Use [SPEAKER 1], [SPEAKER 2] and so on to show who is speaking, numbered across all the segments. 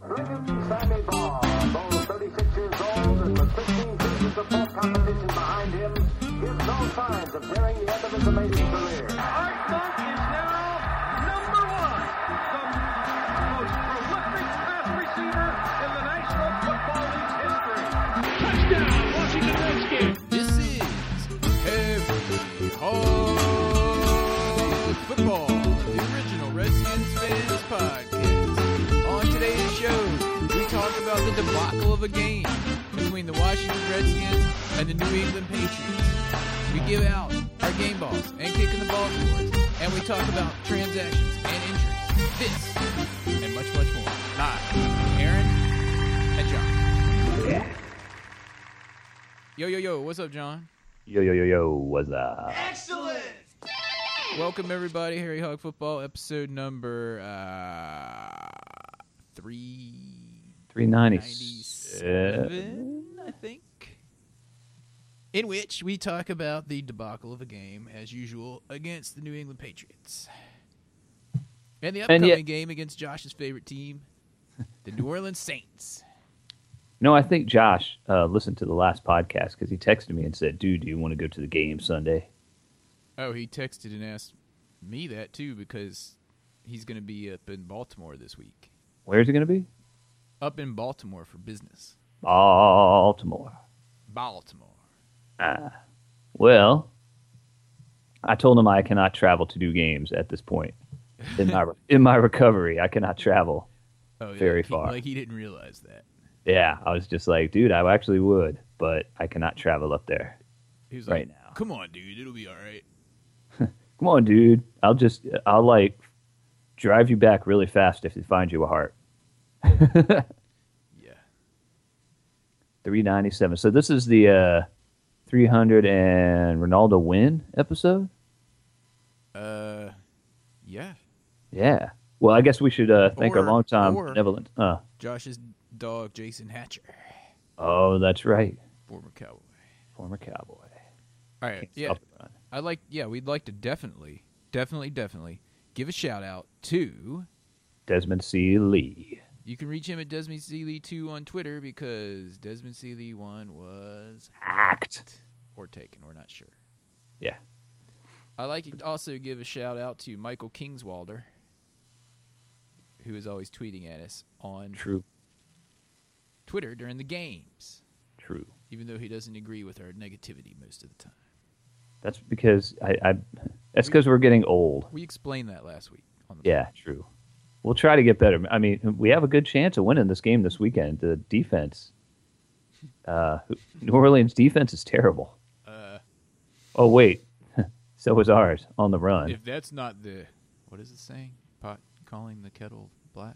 [SPEAKER 1] Brigham Sammy Ball, though 36 years old and with 15 seasons of full competition behind him, gives no signs of nearing the end of his amazing career.
[SPEAKER 2] Art Monk is now number one, the most prolific pass receiver in the National Football League's history. Touchdown, Washington Redskins.
[SPEAKER 3] This is Everybody Hog Football, the original Redskins fans podcast. On today's show, we talk about the debacle of a game between the Washington Redskins and the New England Patriots. We give out our game balls and kicking the ball scores, and we talk about transactions and injuries. This and much, much more. Live, from Aaron and John. Yo, yo, yo! What's up, John?
[SPEAKER 4] Yo, yo, yo, yo, what's up?
[SPEAKER 3] Welcome everybody, Harry Hog Football, episode number uh, three
[SPEAKER 4] 397.
[SPEAKER 3] ninety-seven, I think. In which we talk about the debacle of a game, as usual, against the New England Patriots, and the upcoming
[SPEAKER 4] yet-
[SPEAKER 3] game against Josh's favorite team, the New Orleans Saints.
[SPEAKER 4] No, I think Josh uh, listened to the last podcast because he texted me and said, dude, do you want to go to the game Sunday?
[SPEAKER 3] Oh, he texted and asked me that too because he's going to be up in Baltimore this week.
[SPEAKER 4] Where's it going to be?
[SPEAKER 3] Up in Baltimore for business.
[SPEAKER 4] Baltimore. Ah.
[SPEAKER 3] Baltimore.
[SPEAKER 4] Well, I told him I cannot travel to do games at this point. In my, in my recovery, I cannot travel.
[SPEAKER 3] Oh, yeah,
[SPEAKER 4] very
[SPEAKER 3] he-
[SPEAKER 4] far.
[SPEAKER 3] Like he didn't realize that.
[SPEAKER 4] Yeah, I was just like, dude, I actually would, but I cannot travel up there.
[SPEAKER 3] He was
[SPEAKER 4] Right
[SPEAKER 3] like,
[SPEAKER 4] now.
[SPEAKER 3] "Come on, dude, it'll be all right."
[SPEAKER 4] Come on, dude. I'll just, I'll like drive you back really fast if they find you a heart.
[SPEAKER 3] Yeah,
[SPEAKER 4] 397. So this is the uh, 300 and Ronaldo win episode.
[SPEAKER 3] uh, yeah.
[SPEAKER 4] Yeah. Well, I guess we should uh, thank
[SPEAKER 3] Or-
[SPEAKER 4] our longtime
[SPEAKER 3] or-
[SPEAKER 4] benevolent. Uh,
[SPEAKER 3] Josh's dog, Jason Hatcher,
[SPEAKER 4] oh, that's right,
[SPEAKER 3] former cowboy.
[SPEAKER 4] former cowboy.
[SPEAKER 3] All right, yeah.
[SPEAKER 4] Oh.
[SPEAKER 3] I like. Yeah, we'd like to definitely, definitely, definitely give a shout out to.
[SPEAKER 4] Desmond C. Lee.
[SPEAKER 3] You can reach him at Desmond Seeley two on Twitter because Desmond Seeley one was
[SPEAKER 4] Act.
[SPEAKER 3] or taken. We're not sure.
[SPEAKER 4] Yeah.
[SPEAKER 3] I like to also give a shout out to Michael Kingswalder, who is always tweeting at us on
[SPEAKER 4] True.
[SPEAKER 3] Twitter during the games,
[SPEAKER 4] True.
[SPEAKER 3] even though he doesn't agree with our negativity most of the time.
[SPEAKER 4] That's because I. I that's because we're getting old.
[SPEAKER 3] We explained that last week. On the
[SPEAKER 4] Yeah. True. We'll try to get better. I mean, we have a good chance of winning this game this weekend. The defense. Uh, New Orleans defense is terrible.
[SPEAKER 3] Uh,
[SPEAKER 4] Oh wait, so was ours on the run.
[SPEAKER 3] if that's not the what is it saying? Pot calling the kettle black.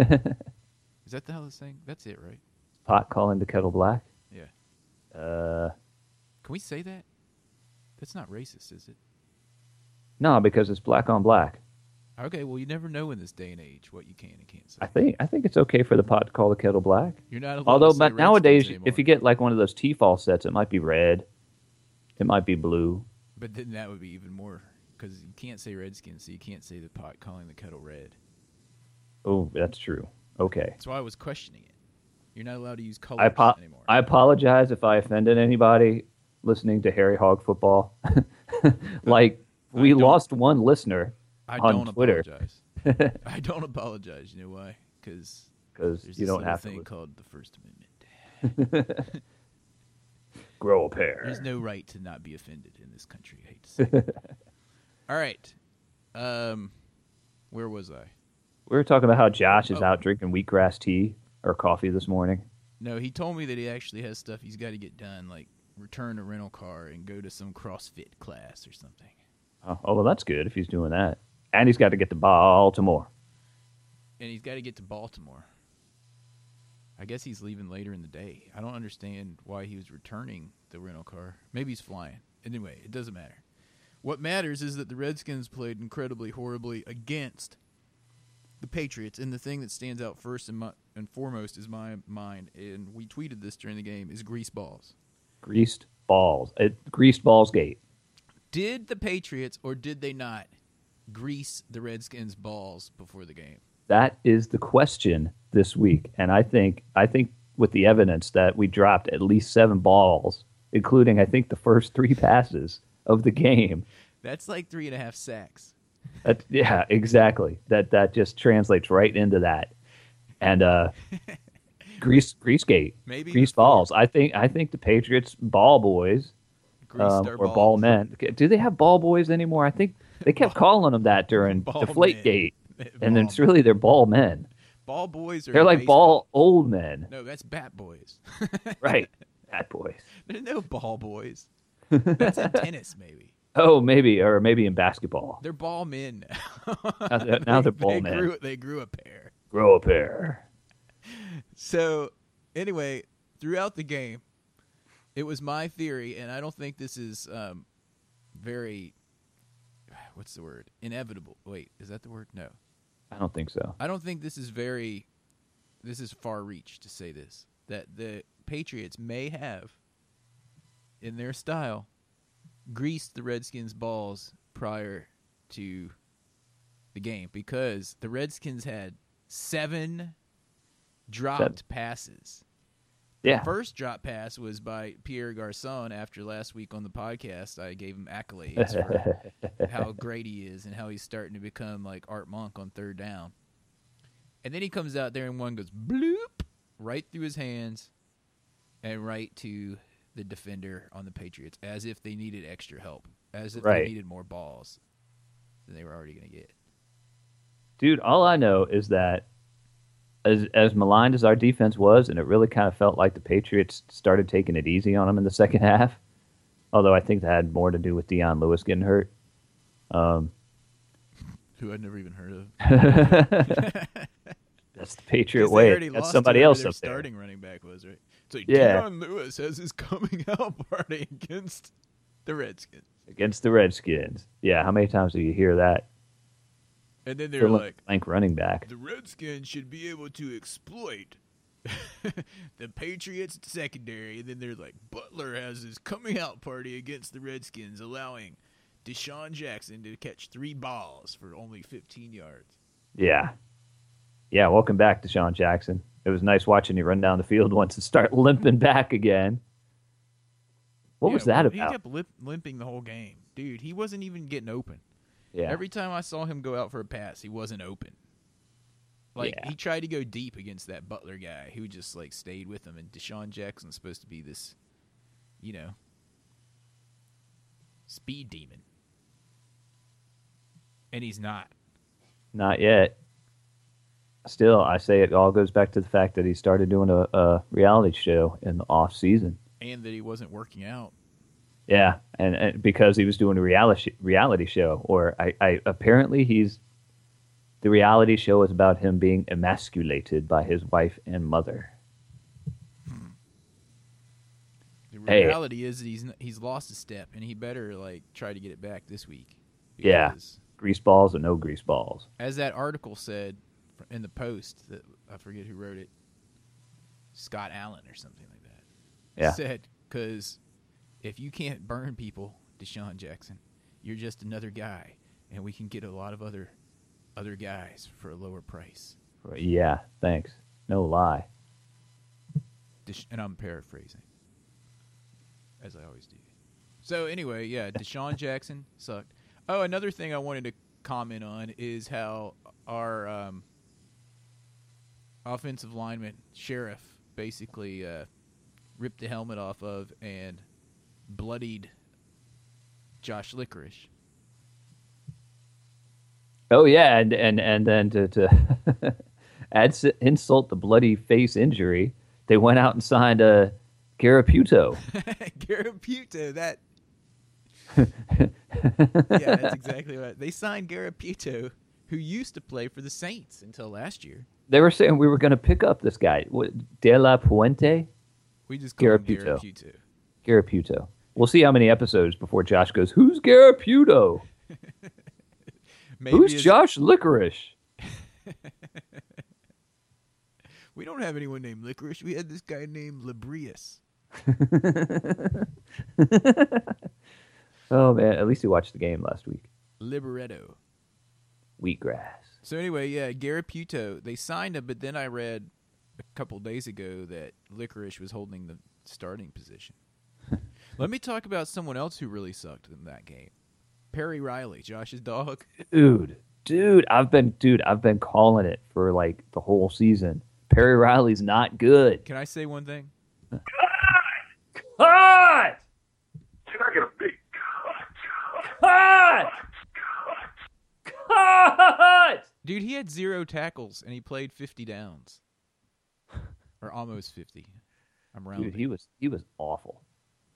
[SPEAKER 3] is that the hell it's saying? That's it, right?
[SPEAKER 4] Pot calling the kettle black.
[SPEAKER 3] Yeah.
[SPEAKER 4] Uh,
[SPEAKER 3] Can we say that? That's not racist, is it?
[SPEAKER 4] no, because it's black on black.
[SPEAKER 3] Okay, well you never know in this day and age what you can and can't say.
[SPEAKER 4] I think I think it's okay for the pot to call the kettle black.
[SPEAKER 3] You're not allowed
[SPEAKER 4] Although,
[SPEAKER 3] to say
[SPEAKER 4] but
[SPEAKER 3] Redskins
[SPEAKER 4] nowadays,
[SPEAKER 3] anymore.
[SPEAKER 4] if you get like one of those T-fall sets, it might be red, it might be blue.
[SPEAKER 3] But then that would be even more because you can't say Redskins, so you can't say the pot calling the kettle red.
[SPEAKER 4] Oh, that's true. Okay.
[SPEAKER 3] That's why I was questioning it. You're not allowed to use colors
[SPEAKER 4] I apo-
[SPEAKER 3] anymore.
[SPEAKER 4] I apologize if I offended anybody listening to Harry Hog Football. like we
[SPEAKER 3] don't-
[SPEAKER 4] lost one listener
[SPEAKER 3] I
[SPEAKER 4] on
[SPEAKER 3] don't
[SPEAKER 4] Twitter.
[SPEAKER 3] apologize. I don't apologize. You know why? Because
[SPEAKER 4] because
[SPEAKER 3] there's
[SPEAKER 4] you
[SPEAKER 3] this
[SPEAKER 4] don't
[SPEAKER 3] little
[SPEAKER 4] have
[SPEAKER 3] thing
[SPEAKER 4] to
[SPEAKER 3] called the First Amendment.
[SPEAKER 4] grow a pair.
[SPEAKER 3] There's no right to not be offended in this country. I hate to say. it. All right. Um, where was I?
[SPEAKER 4] We were talking about how Josh is
[SPEAKER 3] Oh.
[SPEAKER 4] out drinking wheatgrass tea or coffee this morning.
[SPEAKER 3] No, he told me that he actually has stuff he's got to get done, like return a rental car and go to some CrossFit class or something.
[SPEAKER 4] Oh, oh, well, that's good if he's doing that. And he's got to get to Baltimore.
[SPEAKER 3] and he's got to get to Baltimore. I guess he's leaving later in the day. I don't understand why he was returning the rental car. Maybe he's flying. Anyway, it doesn't matter. What matters is that the Redskins played incredibly horribly against the Patriots, and the thing that stands out first and, my, and foremost is my mind, and we tweeted this during the game, is grease balls.
[SPEAKER 4] Greased balls. At Greased Balls Gate.
[SPEAKER 3] Did the Patriots, or did they not, grease the Redskins' balls before the game?
[SPEAKER 4] That is the question this week, and I think I think with the evidence that we dropped at least seven balls, including I think the first three passes of the game.
[SPEAKER 3] That's like three and a half sacks.
[SPEAKER 4] That, yeah, exactly. That that just translates right into that, and uh, Grease Greasegate,
[SPEAKER 3] Maybe
[SPEAKER 4] Grease
[SPEAKER 3] the-
[SPEAKER 4] balls. I think I think the Patriots ball boys
[SPEAKER 3] Greased
[SPEAKER 4] um,
[SPEAKER 3] their
[SPEAKER 4] or
[SPEAKER 3] balls.
[SPEAKER 4] ball men. Do they have ball boys anymore? I think they kept calling them that during
[SPEAKER 3] Ball
[SPEAKER 4] Deflate
[SPEAKER 3] men.
[SPEAKER 4] Gate, and
[SPEAKER 3] Ball
[SPEAKER 4] it's really they're ball men.
[SPEAKER 3] Ball boys are
[SPEAKER 4] They're like
[SPEAKER 3] baseball.
[SPEAKER 4] ball old men,
[SPEAKER 3] No, that's bat boys.
[SPEAKER 4] right? Bad boys.
[SPEAKER 3] There's no ball boys. That's in tennis, maybe.
[SPEAKER 4] Oh, maybe or maybe in basketball.
[SPEAKER 3] They're ball men now.
[SPEAKER 4] Now they're, now they're ball
[SPEAKER 3] they
[SPEAKER 4] men.
[SPEAKER 3] Grew, they grew a pair.
[SPEAKER 4] Grow a pair.
[SPEAKER 3] So, anyway, throughout the game, it was my theory, and I don't think this is um, very. What's the word? Inevitable. Wait, is that the word? No.
[SPEAKER 4] I don't think so.
[SPEAKER 3] I don't think this is very. This is far reach to say this that the Patriots may have, in their style, greased the Redskins' balls prior to the game because the Redskins had seven dropped passes.
[SPEAKER 4] Yeah,
[SPEAKER 3] First drop pass was by Pierre Garcon after last week on the podcast. I gave him accolades for how great he is and how he's starting to become like Art Monk on third down. And then he comes out there and one goes bloop right through his hands and right to the defender on the Patriots as if they needed extra help, as if
[SPEAKER 4] Right.
[SPEAKER 3] they needed more balls than they were already going to get.
[SPEAKER 4] dude. All I know is that as as maligned as our defense was, and it really kind of felt like the Patriots started taking it easy on them in the second half. Although I think that had more to do with Deion Lewis getting hurt.
[SPEAKER 3] Who I'd never even heard of.
[SPEAKER 4] That's the Patriot
[SPEAKER 3] 'Cause they
[SPEAKER 4] way.
[SPEAKER 3] already
[SPEAKER 4] That's
[SPEAKER 3] lost
[SPEAKER 4] somebody
[SPEAKER 3] whoever
[SPEAKER 4] else
[SPEAKER 3] their
[SPEAKER 4] up there.
[SPEAKER 3] starting running back was right. So
[SPEAKER 4] Yeah.
[SPEAKER 3] Deion Lewis has his coming out party against the Redskins,
[SPEAKER 4] against the Redskins. Yeah, how many times do you hear that?
[SPEAKER 3] and then they're like,
[SPEAKER 4] blank running back.
[SPEAKER 3] the Redskins should be able to exploit the Patriots secondary, and then they're like, Butler has his coming out party against the Redskins, allowing Deshaun Jackson to catch three balls for only 15 yards.
[SPEAKER 4] Yeah, yeah. Welcome back, Deshaun Jackson. It was nice watching you run down the field once and start limping back again. What
[SPEAKER 3] Yeah,
[SPEAKER 4] was that
[SPEAKER 3] well, He
[SPEAKER 4] about?
[SPEAKER 3] kept lip- limping the whole game, dude. He wasn't even getting open.
[SPEAKER 4] yeah,
[SPEAKER 3] Every time I saw him go out for a pass, he wasn't open. Like
[SPEAKER 4] Yeah.
[SPEAKER 3] he tried to go deep against that Butler guy who just like stayed with him and Deshaun Jackson's supposed to be this, you know, speed demon. And he's not.
[SPEAKER 4] not yet. Still, I say it all goes back to the fact that he started doing a, a reality show in the off season.
[SPEAKER 3] And that he wasn't working out.
[SPEAKER 4] Yeah, and, and because he was doing a reality reality show, or I, I apparently he's the reality show is about him being emasculated by his wife and mother.
[SPEAKER 3] The
[SPEAKER 4] Hey.
[SPEAKER 3] reality is that he's n- he's lost a step and he better like try to get it back this week.
[SPEAKER 4] Yeah.
[SPEAKER 3] Because
[SPEAKER 4] Grease balls or no grease balls?
[SPEAKER 3] as that article said fr- in the post that I forget who wrote it, Scott Allen or something like that.
[SPEAKER 4] Yeah.
[SPEAKER 3] Said because if you can't burn people, Deshaun Jackson, you're just another guy, and we can get a lot of other other guys for a lower price.
[SPEAKER 4] Right, Yeah, thanks. No lie.
[SPEAKER 3] Desh- and I'm paraphrasing, as I always do. So anyway, yeah, Deshaun Jackson sucked. Oh, another thing I wanted to comment on is how our um, offensive lineman Sheriff basically uh, ripped the helmet off of and bloodied Josh Licorice.
[SPEAKER 4] Oh yeah, and and and then to to add s- insult the bloody face injury, they went out and signed uh, a Caraputo.
[SPEAKER 3] Garaputo, that. yeah, that's exactly right. They signed Garaputo, who used to play for the Saints until last year.
[SPEAKER 4] they were saying we were going to pick up this guy, what, De La Puente.
[SPEAKER 3] We just call him
[SPEAKER 4] Garaputo.
[SPEAKER 3] Garaputo.
[SPEAKER 4] Garaputo. We'll see how many episodes before Josh goes, Who's Garaputo?
[SPEAKER 3] Maybe
[SPEAKER 4] Who's
[SPEAKER 3] it's-
[SPEAKER 4] Josh Licorice?
[SPEAKER 3] We don't have anyone named Licorice. We had this guy named Labrius.
[SPEAKER 4] Oh, man. At least he watched the game last week.
[SPEAKER 3] Liberetto.
[SPEAKER 4] Wheatgrass.
[SPEAKER 3] So anyway, yeah, Garaputo. They signed him, but then I read a couple days ago that Licorice was holding the starting position. Let me talk about someone else who really sucked in that game. Perry Riley, Josh's dog.
[SPEAKER 4] dude, dude, I've been, dude, I've been calling it for like the whole season. Perry Riley's not good.
[SPEAKER 3] Can I say one thing?
[SPEAKER 4] Cut!
[SPEAKER 5] Can I get a big
[SPEAKER 4] Cut! Cut!
[SPEAKER 3] Dude, he had zero tackles and he played 50 downs. Or almost 50. I'm rounding.
[SPEAKER 4] Dude, he was he was awful.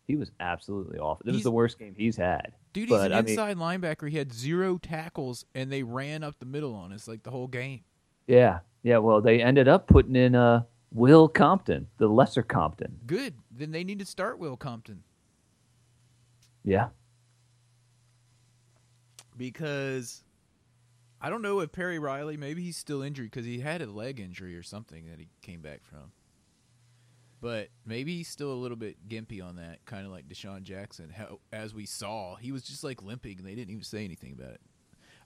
[SPEAKER 4] He was absolutely awful. This
[SPEAKER 3] He's-
[SPEAKER 4] is the worst game he's had.
[SPEAKER 3] Dude, he's
[SPEAKER 4] but,
[SPEAKER 3] an
[SPEAKER 4] I mean-
[SPEAKER 3] inside linebacker. He had zero tackles and they ran up the middle on us like the whole game.
[SPEAKER 4] Yeah, yeah. Well, they ended up putting in uh, Will Compton, the lesser Compton.
[SPEAKER 3] Good. Then they need to start Will Compton
[SPEAKER 4] Yeah,
[SPEAKER 3] because I don't know if Perry Riley, maybe he's still injured because he had a leg injury or something that he came back from. But maybe he's still a little bit gimpy on that, kind of like Deshaun Jackson. How, as we saw, he was just like limping and they didn't even say anything about it.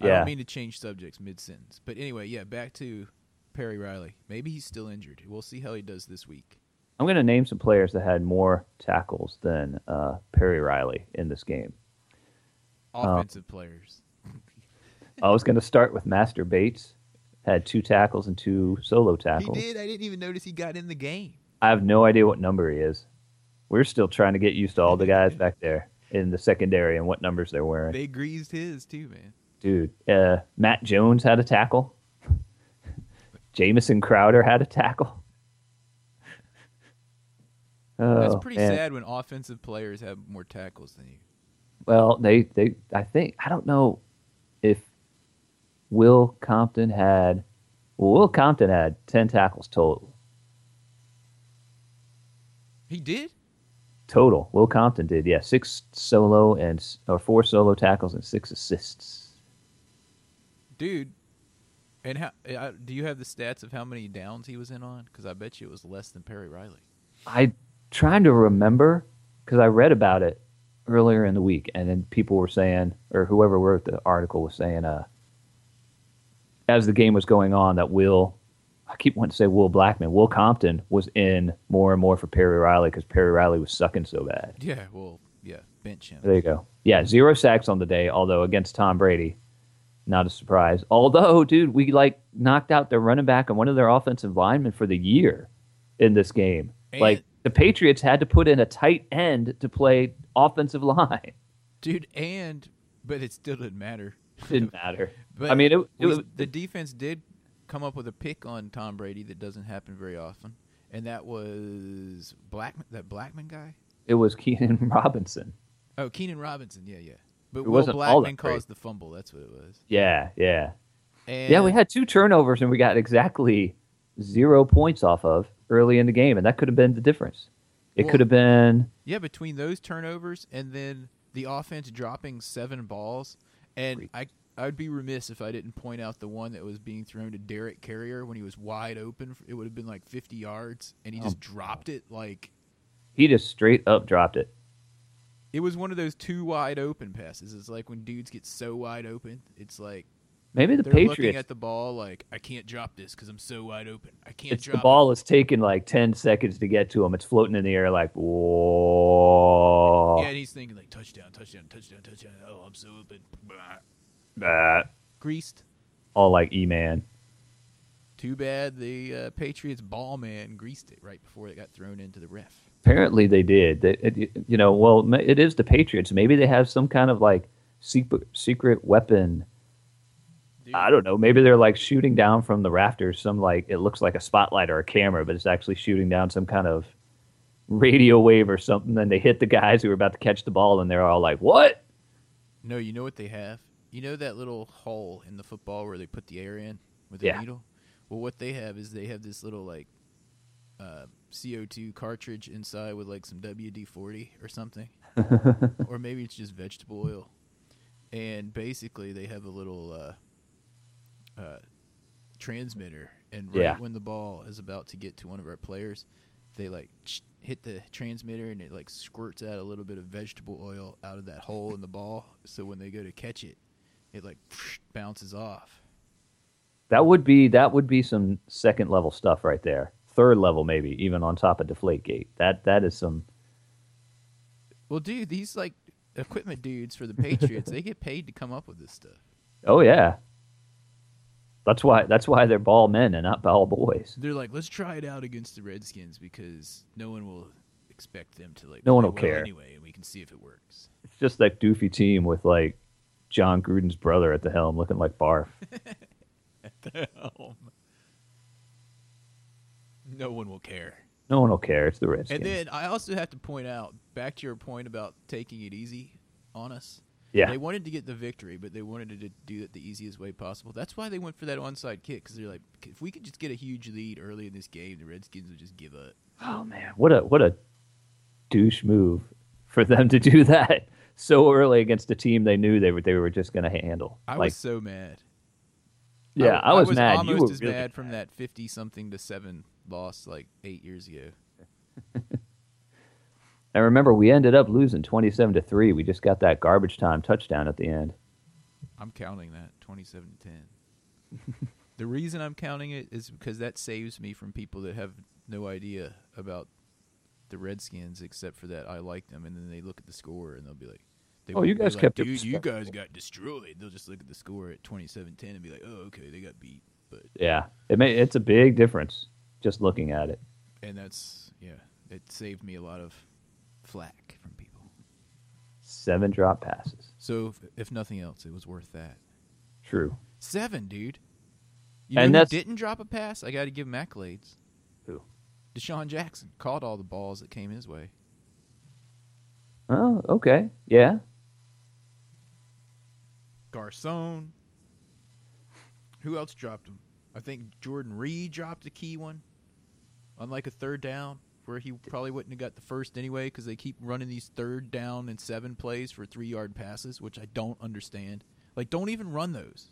[SPEAKER 3] I
[SPEAKER 4] Yeah.
[SPEAKER 3] don't mean to change subjects mid sentence. But anyway, yeah, back to Perry Riley. Maybe he's still injured. We'll see how he does this week.
[SPEAKER 4] I'm going to name some players that had more tackles than uh, Perry Riley in this game.
[SPEAKER 3] Offensive players.
[SPEAKER 4] I was going to start with Master Bates, had two tackles and two solo tackles.
[SPEAKER 3] He did. I didn't even notice he got in the game.
[SPEAKER 4] I have no idea what number he is. We're still trying to get used to all the guys back there in the secondary and what numbers they're wearing.
[SPEAKER 3] They greased his too, man.
[SPEAKER 4] Dude, uh, Matt Jones had a tackle. Jamison Crowder had a tackle. Oh,
[SPEAKER 3] That's pretty
[SPEAKER 4] man.
[SPEAKER 3] sad when offensive players have more tackles than you.
[SPEAKER 4] Well, they, they I think I don't know if Will Compton had well, Will Compton had ten tackles total.
[SPEAKER 3] He did.
[SPEAKER 4] Total. Will Compton did, yeah, six solo and s- or four solo tackles and six assists.
[SPEAKER 3] dude. And how uh, do you have the stats of how many downs he was in on? Because I bet you it was less than Perry Riley.
[SPEAKER 4] I trying to remember because I read about it earlier in the week, and then people were saying, or whoever wrote the article was saying, uh, as the game was going on, that Will, I keep wanting to say Will Blackman, Will Compton was in more and more for Perry Riley because Perry Riley was sucking so bad.
[SPEAKER 3] Yeah, well, yeah, bench him.
[SPEAKER 4] There you go. Yeah, zero sacks on the day, although against Tom Brady, not a surprise. Although, dude, we like knocked out their running back and one of their offensive linemen for the year in this game.
[SPEAKER 3] And-
[SPEAKER 4] like the Patriots had to put in a tight end to play offensive line.
[SPEAKER 3] dude. And but it still didn't matter.
[SPEAKER 4] Didn't matter.
[SPEAKER 3] But
[SPEAKER 4] I mean, it, it
[SPEAKER 3] we-
[SPEAKER 4] was
[SPEAKER 3] the defense did come up with a pick on Tom Brady that doesn't happen very often, and that was Blackman, that Blackman guy.
[SPEAKER 4] it was Keenan Robinson.
[SPEAKER 3] Oh, Keenan Robinson. Yeah, yeah. But
[SPEAKER 4] It
[SPEAKER 3] Will
[SPEAKER 4] wasn't all
[SPEAKER 3] Blackman
[SPEAKER 4] that great.
[SPEAKER 3] caused the fumble. That's what it was.
[SPEAKER 4] Yeah, yeah,
[SPEAKER 3] And
[SPEAKER 4] yeah. We had two turnovers and we got exactly zero points off of early in the game, and that could have been the difference. It
[SPEAKER 3] Well-
[SPEAKER 4] could have been
[SPEAKER 3] Yeah, between those turnovers and then the offense dropping seven balls, and I I'd be remiss if I didn't point out the one that was being thrown to Derek Carrier when he was wide open. It would have been like 50 yards, and he just
[SPEAKER 4] Oh.
[SPEAKER 3] dropped it like
[SPEAKER 4] he just straight up dropped it.
[SPEAKER 3] it was one of those two wide open passes. It's like when dudes get so wide open, it's like
[SPEAKER 4] Maybe the
[SPEAKER 3] they're looking
[SPEAKER 4] Patriots.
[SPEAKER 3] at the ball like I can't drop this because I'm so wide open. I can't
[SPEAKER 4] It's
[SPEAKER 3] drop
[SPEAKER 4] the ball is taking like ten seconds to get to him. It's floating in the air like whoa.
[SPEAKER 3] It. Yeah, and he's thinking like touchdown, touchdown, touchdown, touchdown. Oh, I'm so open. Blah.
[SPEAKER 4] Bah.
[SPEAKER 3] Greased.
[SPEAKER 4] All like E man.
[SPEAKER 3] Too bad the uh, Patriots ball man greased it right before it got thrown into the ref.
[SPEAKER 4] Apparently they did. They- it- you know, well, ma- it is the Patriots. Maybe they have some kind of like secret secret weapon.
[SPEAKER 3] Dude,
[SPEAKER 4] I don't know. Maybe they're like shooting down from the rafters. Some like it looks like a spotlight or a camera, but it's actually shooting down some kind of radio wave or something. Then they hit the guys who were about to catch the ball, and they're all like, "What?"
[SPEAKER 3] No, you know what they have? You know that little hole in the football where they put the air in with a
[SPEAKER 4] Yeah.
[SPEAKER 3] needle? Well, what they have is they have this little like uh, CO2 cartridge inside with like some WD 40 or something. or maybe it's just vegetable oil. And basically, they have a little uh, uh, transmitter. And right
[SPEAKER 4] Yeah.
[SPEAKER 3] when the ball is about to get to one of our players, they like ch- hit the transmitter and it like squirts out a little bit of vegetable oil out of that hole in the ball. So when they go to catch it, it like bounces off.
[SPEAKER 4] That would be that would be some second level stuff right there. Third level maybe, even on top of Deflategate. That that is some
[SPEAKER 3] Well, dude, these like equipment dudes for the Patriots, they get paid to come up with this stuff.
[SPEAKER 4] Oh yeah. That's why that's why they're ball men and not ball boys.
[SPEAKER 3] They're like, let's try it out against the Redskins because no one will expect them to like.
[SPEAKER 4] No one
[SPEAKER 3] play
[SPEAKER 4] will
[SPEAKER 3] well
[SPEAKER 4] care.
[SPEAKER 3] anyway, and we can see if it works.
[SPEAKER 4] It's just that doofy team with like John Gruden's brother at the helm looking like barf.
[SPEAKER 3] No one will care.
[SPEAKER 4] No one will care. It's the Redskins.
[SPEAKER 3] And then I also have to point out back to your point about taking it easy on us.
[SPEAKER 4] yeah.
[SPEAKER 3] They wanted to get the victory, but they wanted to do it the easiest way possible. That's why they went for that onside kick because they're like, if we could just get a huge lead early in this game, the Redskins would just give up.
[SPEAKER 4] oh man, what a what a douche move for them to do that so early against a team they knew they were they were just going to handle.
[SPEAKER 3] I
[SPEAKER 4] like
[SPEAKER 3] was so mad.
[SPEAKER 4] yeah, I, was, mad.
[SPEAKER 3] Almost
[SPEAKER 4] you were
[SPEAKER 3] as
[SPEAKER 4] really-
[SPEAKER 3] mad from that fifty something to seven loss like eight years ago.
[SPEAKER 4] And remember, we ended up losing twenty-seven to three. We just got that garbage time touchdown at the end.
[SPEAKER 3] I'm counting that twenty-seven to ten. the reason I'm counting it is because that saves me from people that have no idea about the Redskins except for that I like them, and then they look at the score and they'll be like, they
[SPEAKER 4] Oh, you
[SPEAKER 3] won't be
[SPEAKER 4] guys
[SPEAKER 3] like,
[SPEAKER 4] kept it
[SPEAKER 3] dude, you guys
[SPEAKER 4] respectable."
[SPEAKER 3] got destroyed." They'll just look at the score at twenty-seven ten and be like, "Oh, okay, they got beat." But
[SPEAKER 4] Yeah, it may, it's a big difference just looking at it.
[SPEAKER 3] and that's yeah, it saved me a lot of flack from people.
[SPEAKER 4] Seven drop passes.
[SPEAKER 3] So if, if nothing else, it was worth that.
[SPEAKER 4] True.
[SPEAKER 3] Seven, dude. You
[SPEAKER 4] And
[SPEAKER 3] know who
[SPEAKER 4] that's-
[SPEAKER 3] didn't drop a pass? I got to give him accolades.
[SPEAKER 4] Who?
[SPEAKER 3] Deshaun Jackson caught all the balls that came his way.
[SPEAKER 4] Oh, okay. Yeah.
[SPEAKER 3] Garcon. Who else dropped him? I think Jordan Reed dropped a key one on like a third down where he probably wouldn't have got the first anyway because they keep running these third down and seven plays for three yard passes, which I don't understand. Like, don't even run those.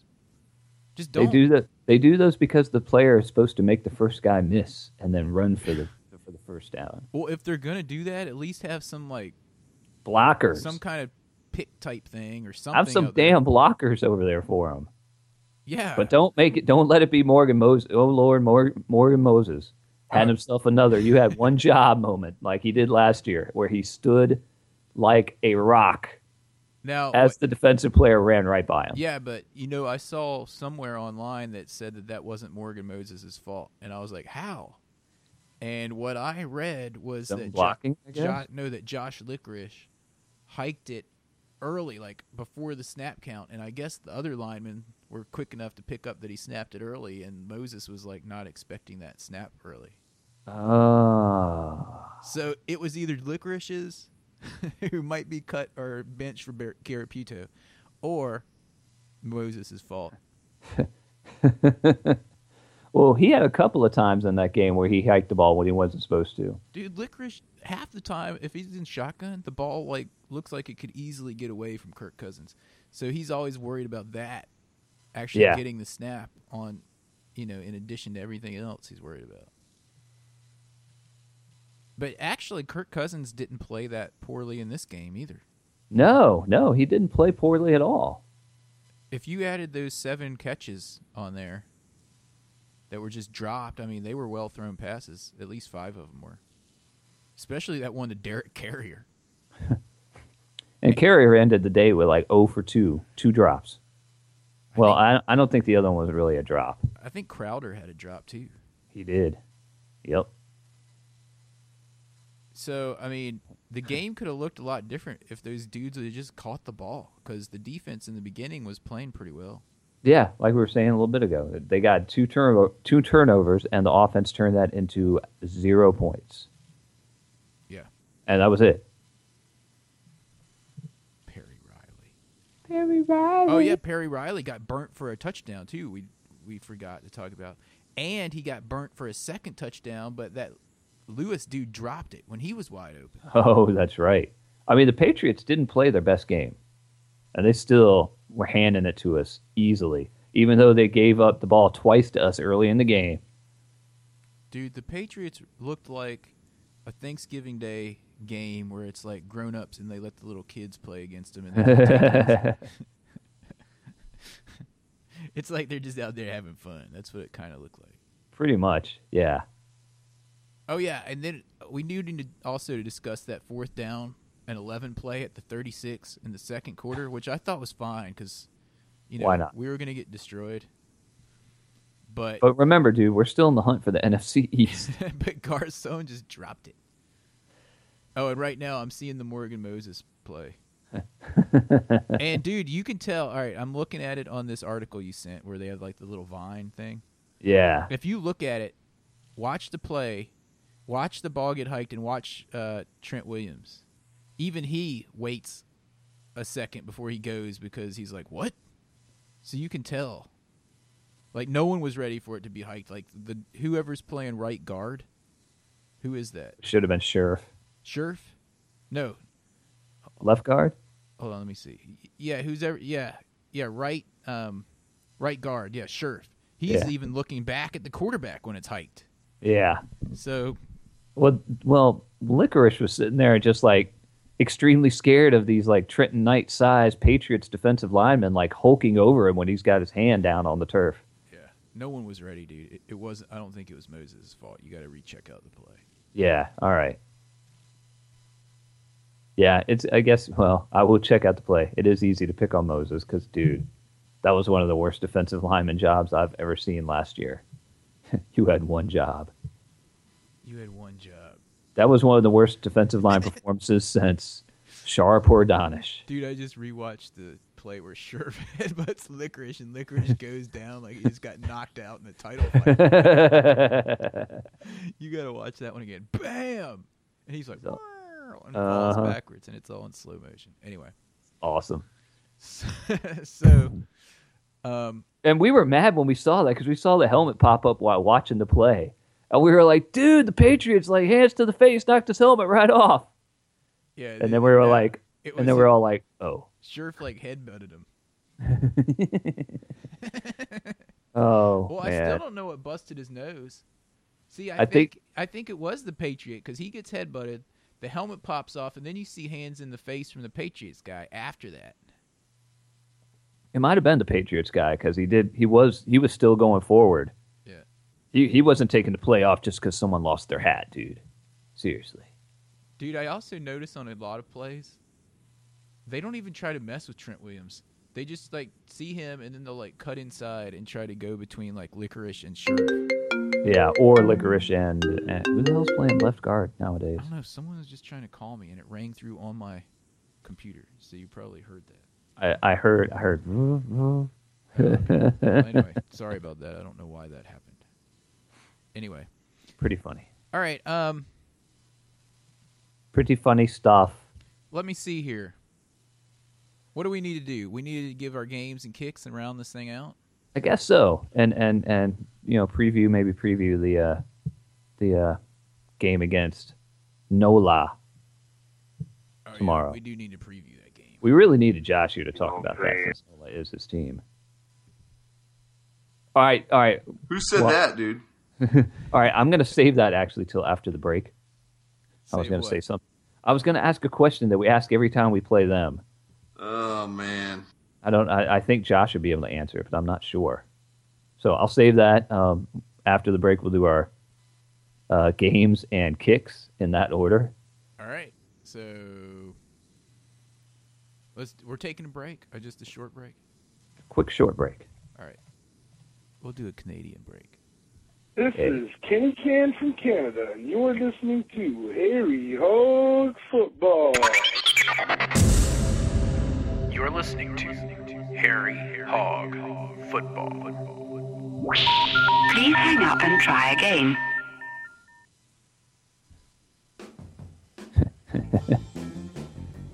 [SPEAKER 3] Just don't.
[SPEAKER 4] They do that. They do those because the player is supposed to make the first guy miss and then run for the for the first down.
[SPEAKER 3] Well, if they're gonna do that, at least have some like
[SPEAKER 4] Blockers.
[SPEAKER 3] some kind of pick type thing or something.
[SPEAKER 4] have some
[SPEAKER 3] out there.
[SPEAKER 4] damn blockers over there for him.
[SPEAKER 3] yeah.
[SPEAKER 4] But don't make it. Don't let it be Morgan Moses. Oh Lord, Morgan, Morgan Moses had himself another. You had one job moment like he did last year, where he stood like a rock
[SPEAKER 3] now,
[SPEAKER 4] as the defensive player ran right by him.
[SPEAKER 3] yeah, but you know, I saw somewhere online that said that that wasn't Morgan Moses' fault, and I was like, how? And what I read was
[SPEAKER 4] Some
[SPEAKER 3] that Jo-
[SPEAKER 4] blocking, I
[SPEAKER 3] Jo-
[SPEAKER 4] guess?
[SPEAKER 3] no, that Josh Licorice hiked it early, like before the snap count, and I guess the other linemen were quick enough to pick up that he snapped it early, and Moses was like not expecting that snap early.
[SPEAKER 4] Oh,
[SPEAKER 3] So it was either Licorice's, who might be cut or benched for Bar- Caraputo, or Moses' fault.
[SPEAKER 4] well, he had a couple of times in that game where he hiked the ball when he wasn't supposed to.
[SPEAKER 3] Dude, Licorice, half the time, if he's in shotgun, the ball like looks like it could easily get away from Kirk Cousins. So he's always worried about that actually
[SPEAKER 4] Yeah.
[SPEAKER 3] getting the snap on, you know, in addition to everything else he's worried about. But actually, Kirk Cousins didn't play that poorly in this game either.
[SPEAKER 4] No, no, he didn't play poorly at all.
[SPEAKER 3] if you added those seven catches on there that were just dropped, I mean, they were well thrown passes. At least five of them were. Especially that one to Derek Carrier.
[SPEAKER 4] And Carrier ended the day with like 0 for 2, two drops. Well, I, I don't think the other one was really a drop.
[SPEAKER 3] I think Crowder had a drop too.
[SPEAKER 4] He did. Yep.
[SPEAKER 3] So, I mean, the game could have looked a lot different if those dudes had just caught the ball because the defense in the beginning was playing pretty well.
[SPEAKER 4] Yeah, like we were saying a little bit ago, they got two turn two turnovers, and the offense turned that into zero points,
[SPEAKER 3] Yeah.
[SPEAKER 4] and that was it.
[SPEAKER 3] Perry Riley. Perry Riley. Oh yeah, Perry Riley got burnt for a touchdown too. We we forgot to talk about, and he got burnt for a second touchdown. But that Lewis dude dropped it when he was wide open.
[SPEAKER 4] Oh, that's right. I mean, the Patriots didn't play their best game, and they still were handing it to us easily, even though they gave up the ball twice to us early in the game.
[SPEAKER 3] Dude, the Patriots looked like a Thanksgiving Day game where it's like grown ups and they let the little kids play against them. And they- It's like they're just out there having fun. That's what it kind of looked like.
[SPEAKER 4] Pretty much, yeah.
[SPEAKER 3] Oh yeah, and then we do need to also to discuss that fourth down and eleven play at the thirty six in the second quarter, which I thought was fine because you know
[SPEAKER 4] Why not? Oh.
[SPEAKER 3] we were gonna get destroyed. But
[SPEAKER 4] But remember, dude, we're still in the hunt for the NFC East.
[SPEAKER 3] but Garcon just dropped it. Oh, and right now I'm seeing the Morgan Moses play. and dude, you can tell. All right, I'm looking at it on this article you sent where they have like the little vine thing.
[SPEAKER 4] yeah,
[SPEAKER 3] If you look at it, watch the play, watch the ball get hiked, and watch uh, Trent Williams. Even he waits a second before he goes because he's like, "What?" So you can tell. Like no one was ready for it to be hiked. Like the whoever's playing right guard, who is that?
[SPEAKER 4] should have been Sheriff.
[SPEAKER 3] Scherf? No,
[SPEAKER 4] Left guard?
[SPEAKER 3] hold on, let me see. Yeah, who's ever? Yeah, yeah, right, um, right guard. Yeah, Scherf. He's
[SPEAKER 4] Yeah.
[SPEAKER 3] even looking back at the quarterback when it's hiked.
[SPEAKER 4] Yeah.
[SPEAKER 3] So
[SPEAKER 4] Well, well, Licorice was sitting there just like extremely scared of these like Trenton Knight sized Patriots defensive linemen like hulking over him when he's got his hand down on the turf.
[SPEAKER 3] Yeah, no one was ready, dude. It, it was. I don't think it was Moses' fault. You got to recheck out the play.
[SPEAKER 4] Yeah. All right. Yeah, it's. I guess. Well, I will check out the play. It is easy to pick on Moses because, dude, that was one of the worst defensive lineman jobs I've ever seen last year. you had one job.
[SPEAKER 3] You had one job,
[SPEAKER 4] That was one of the worst defensive line performances since Shar Pordanish.
[SPEAKER 3] dude. I just rewatched the play where Sherv headbutts Licorice, and Licorice goes down like he just got knocked out in the title fight. you got to watch that one again. Bam, and he's like,
[SPEAKER 4] So-
[SPEAKER 3] "Wow," and falls
[SPEAKER 4] Uh-huh.
[SPEAKER 3] backwards, and it's all in slow motion. Anyway,
[SPEAKER 4] awesome.
[SPEAKER 3] so um,
[SPEAKER 4] And we were mad when we saw that because we saw the helmet pop up while watching the play. And we were like, dude, the Patriots, like, hands to the face, knocked his helmet right off.
[SPEAKER 3] yeah,
[SPEAKER 4] And then we were
[SPEAKER 3] yeah,
[SPEAKER 4] like,
[SPEAKER 3] it
[SPEAKER 4] and
[SPEAKER 3] was-
[SPEAKER 4] then we were all like, oh,
[SPEAKER 3] Sherf like headbutted him.
[SPEAKER 4] oh,
[SPEAKER 3] Well, I still
[SPEAKER 4] man.
[SPEAKER 3] don't know what busted his nose. See, I,
[SPEAKER 4] I
[SPEAKER 3] think,
[SPEAKER 4] think-
[SPEAKER 3] I think it was the Patriot because he gets headbutted, the helmet pops off, and then you see hands in the face from the Patriots guy after that.
[SPEAKER 4] It might have been the Patriots guy because he did, he was, he was still going forward.
[SPEAKER 3] Yeah.
[SPEAKER 4] He, he wasn't taking the play off just because someone lost their hat, dude. Seriously.
[SPEAKER 3] Dude, I also notice on a lot of plays, they don't even try to mess with Trent Williams. They just like see him and then they'll like cut inside and try to go between like licorice and shirt.
[SPEAKER 4] Yeah. Or Licorice and, and who the hell's playing left guard nowadays?
[SPEAKER 3] I don't know. Someone was just trying to call me and it rang through on my computer, so you probably heard that.
[SPEAKER 4] I, I heard, I heard,
[SPEAKER 3] Well, anyway, sorry about that. I don't know why that happened. Anyway,
[SPEAKER 4] pretty funny.
[SPEAKER 3] all right. Um,
[SPEAKER 4] Pretty funny stuff.
[SPEAKER 3] let me see here. What do we need to do? We need to give our games and kicks and round this thing out.
[SPEAKER 4] I guess so. And and and you know, preview maybe preview the uh the uh game against Nola.
[SPEAKER 3] Oh, yeah,
[SPEAKER 4] Tomorrow.
[SPEAKER 3] we do need to preview that game.
[SPEAKER 4] We really needed Joshua to
[SPEAKER 6] Oh,
[SPEAKER 4] talk about that since Nola is his team. All right, all right,
[SPEAKER 6] Who said
[SPEAKER 4] Well-
[SPEAKER 6] that, dude?
[SPEAKER 4] all right. I'm gonna save that actually till after the break. I was
[SPEAKER 3] Say
[SPEAKER 4] gonna
[SPEAKER 3] what?
[SPEAKER 4] say something. I was gonna ask a question that we ask every time we play them.
[SPEAKER 6] Oh man.
[SPEAKER 4] I don't. I, I think Josh would be able to answer it, but I'm not sure. So I'll save that. Um, after the break, we'll do our uh, games and kicks in that order.
[SPEAKER 3] All right. So let's. We're taking a break. Or just a short break.
[SPEAKER 4] Quick short break.
[SPEAKER 3] All right. We'll do a Canadian break.
[SPEAKER 5] This is Kenny Can from Canada, and you're listening to Harry Hog Football.
[SPEAKER 7] You're listening to Harry Hog Football.
[SPEAKER 8] Please hang up and try again.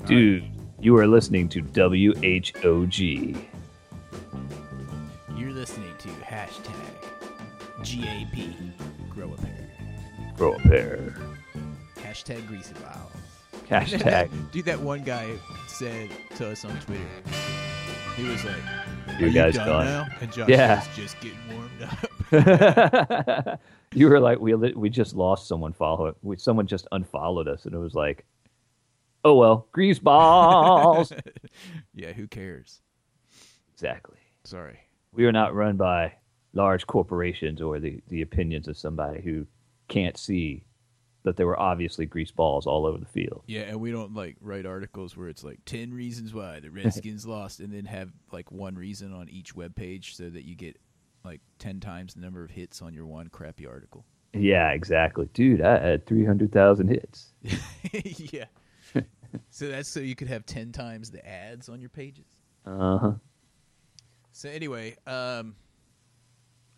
[SPEAKER 4] Dude, you are listening to WHOG.
[SPEAKER 3] You're listening to hashtag GAP Grow a Pair.
[SPEAKER 4] Grow a pair.
[SPEAKER 3] Hashtag Greasy Vials.
[SPEAKER 4] Hashtag.
[SPEAKER 3] Dude, that one guy said to us on Twitter, he was like,
[SPEAKER 4] You
[SPEAKER 3] "Are
[SPEAKER 4] guys
[SPEAKER 3] done
[SPEAKER 4] done?"
[SPEAKER 3] now?" And Josh
[SPEAKER 4] Yeah.
[SPEAKER 3] was just getting warmed up.
[SPEAKER 4] you were like, we li- we just lost someone. Follow we, someone just unfollowed us, and it was like, oh well, grease balls.
[SPEAKER 3] yeah, who cares?
[SPEAKER 4] exactly.
[SPEAKER 3] Sorry.
[SPEAKER 4] We are not run by large corporations or the, the opinions of somebody who can't see that there were obviously grease balls all over the field.
[SPEAKER 3] Yeah, and we don't like write articles where it's like ten reasons why the Redskins lost, and then have like one reason on each web page so that you get like ten times the number of hits on your one crappy article.
[SPEAKER 4] Yeah, exactly. Dude, I had 300,000 hits.
[SPEAKER 3] yeah. so that's so you could have ten times the ads on your pages.
[SPEAKER 4] Uh huh.
[SPEAKER 3] So anyway, um,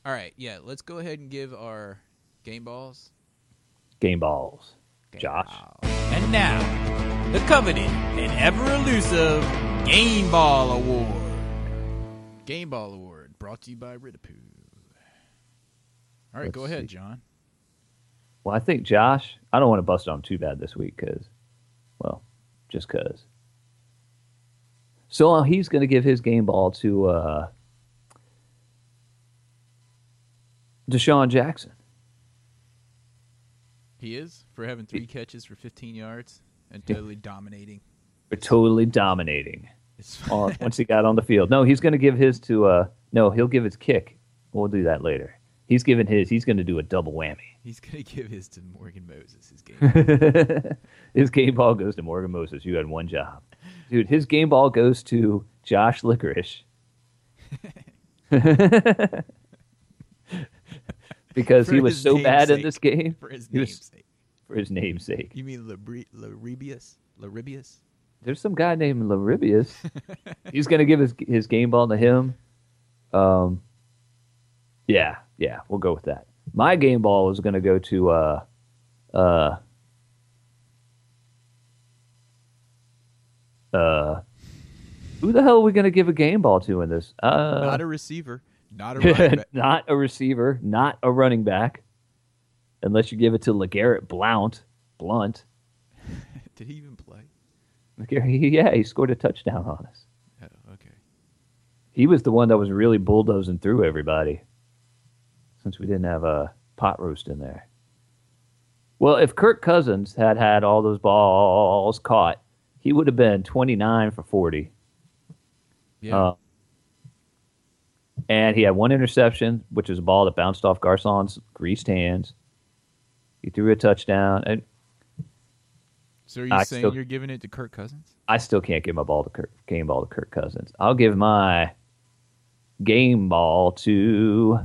[SPEAKER 3] all right, yeah, let's go ahead and give our game balls.
[SPEAKER 4] Game balls.
[SPEAKER 3] Game
[SPEAKER 4] Josh.
[SPEAKER 9] And now, the coveted and ever elusive Game Ball Award.
[SPEAKER 3] Game Ball Award brought to you by Ritapoo. All right,
[SPEAKER 4] Let's
[SPEAKER 3] go ahead,
[SPEAKER 4] see.
[SPEAKER 3] John.
[SPEAKER 4] Well, I think Josh, I don't want to bust on him too bad this week because, well, just because. So uh, he's going to give his game ball to uh, Deshaun Jackson.
[SPEAKER 3] He is for having three catches for 15 yards and totally dominating.
[SPEAKER 4] For totally dominating
[SPEAKER 3] It's
[SPEAKER 4] on, once he got on the field. No, he's going to give his to, uh, no, he'll give his kick. We'll do that later. He's giving his, he's going to do a double whammy.
[SPEAKER 3] he's gonna give his to Morgan Moses. His game.
[SPEAKER 4] his game ball goes to Morgan Moses. You had one job. Dude, his game ball goes to Josh Licorice. because he
[SPEAKER 3] For
[SPEAKER 4] was
[SPEAKER 3] his
[SPEAKER 4] so bad in
[SPEAKER 3] namesake.
[SPEAKER 4] this game
[SPEAKER 3] for his
[SPEAKER 4] He was-
[SPEAKER 3] namesake.
[SPEAKER 4] for his namesake.
[SPEAKER 3] You mean Labri- Laribius? Laribius?
[SPEAKER 4] There's some guy named Laribius. He's going to give his his game ball to him. Um, yeah, yeah, we'll go with that. My game ball is going to go to uh, uh, uh, who the hell are we going to give a game ball to in this? Uh,
[SPEAKER 3] not a receiver. Not a running back.
[SPEAKER 4] not a receiver, not a running back, unless you give it to Legarrette Blount. Blunt.
[SPEAKER 3] Did he even play?
[SPEAKER 4] LeGarrette- yeah, he scored a touchdown on us.
[SPEAKER 3] Oh, okay.
[SPEAKER 4] he was the one that was really bulldozing through everybody since we didn't have a pot roast in there. Well, if Kirk Cousins had had all those balls caught, he would have been 29 for 40.
[SPEAKER 3] Yeah.
[SPEAKER 4] Uh, and he had one interception, which was a ball that bounced off Garcon's greased hands. He threw a touchdown, and
[SPEAKER 3] so are you
[SPEAKER 4] I
[SPEAKER 3] saying
[SPEAKER 4] still-
[SPEAKER 3] you're giving it to Kirk Cousins?
[SPEAKER 4] I still can't give my ball to Kirk, game ball to Kirk Cousins. I'll give my game ball to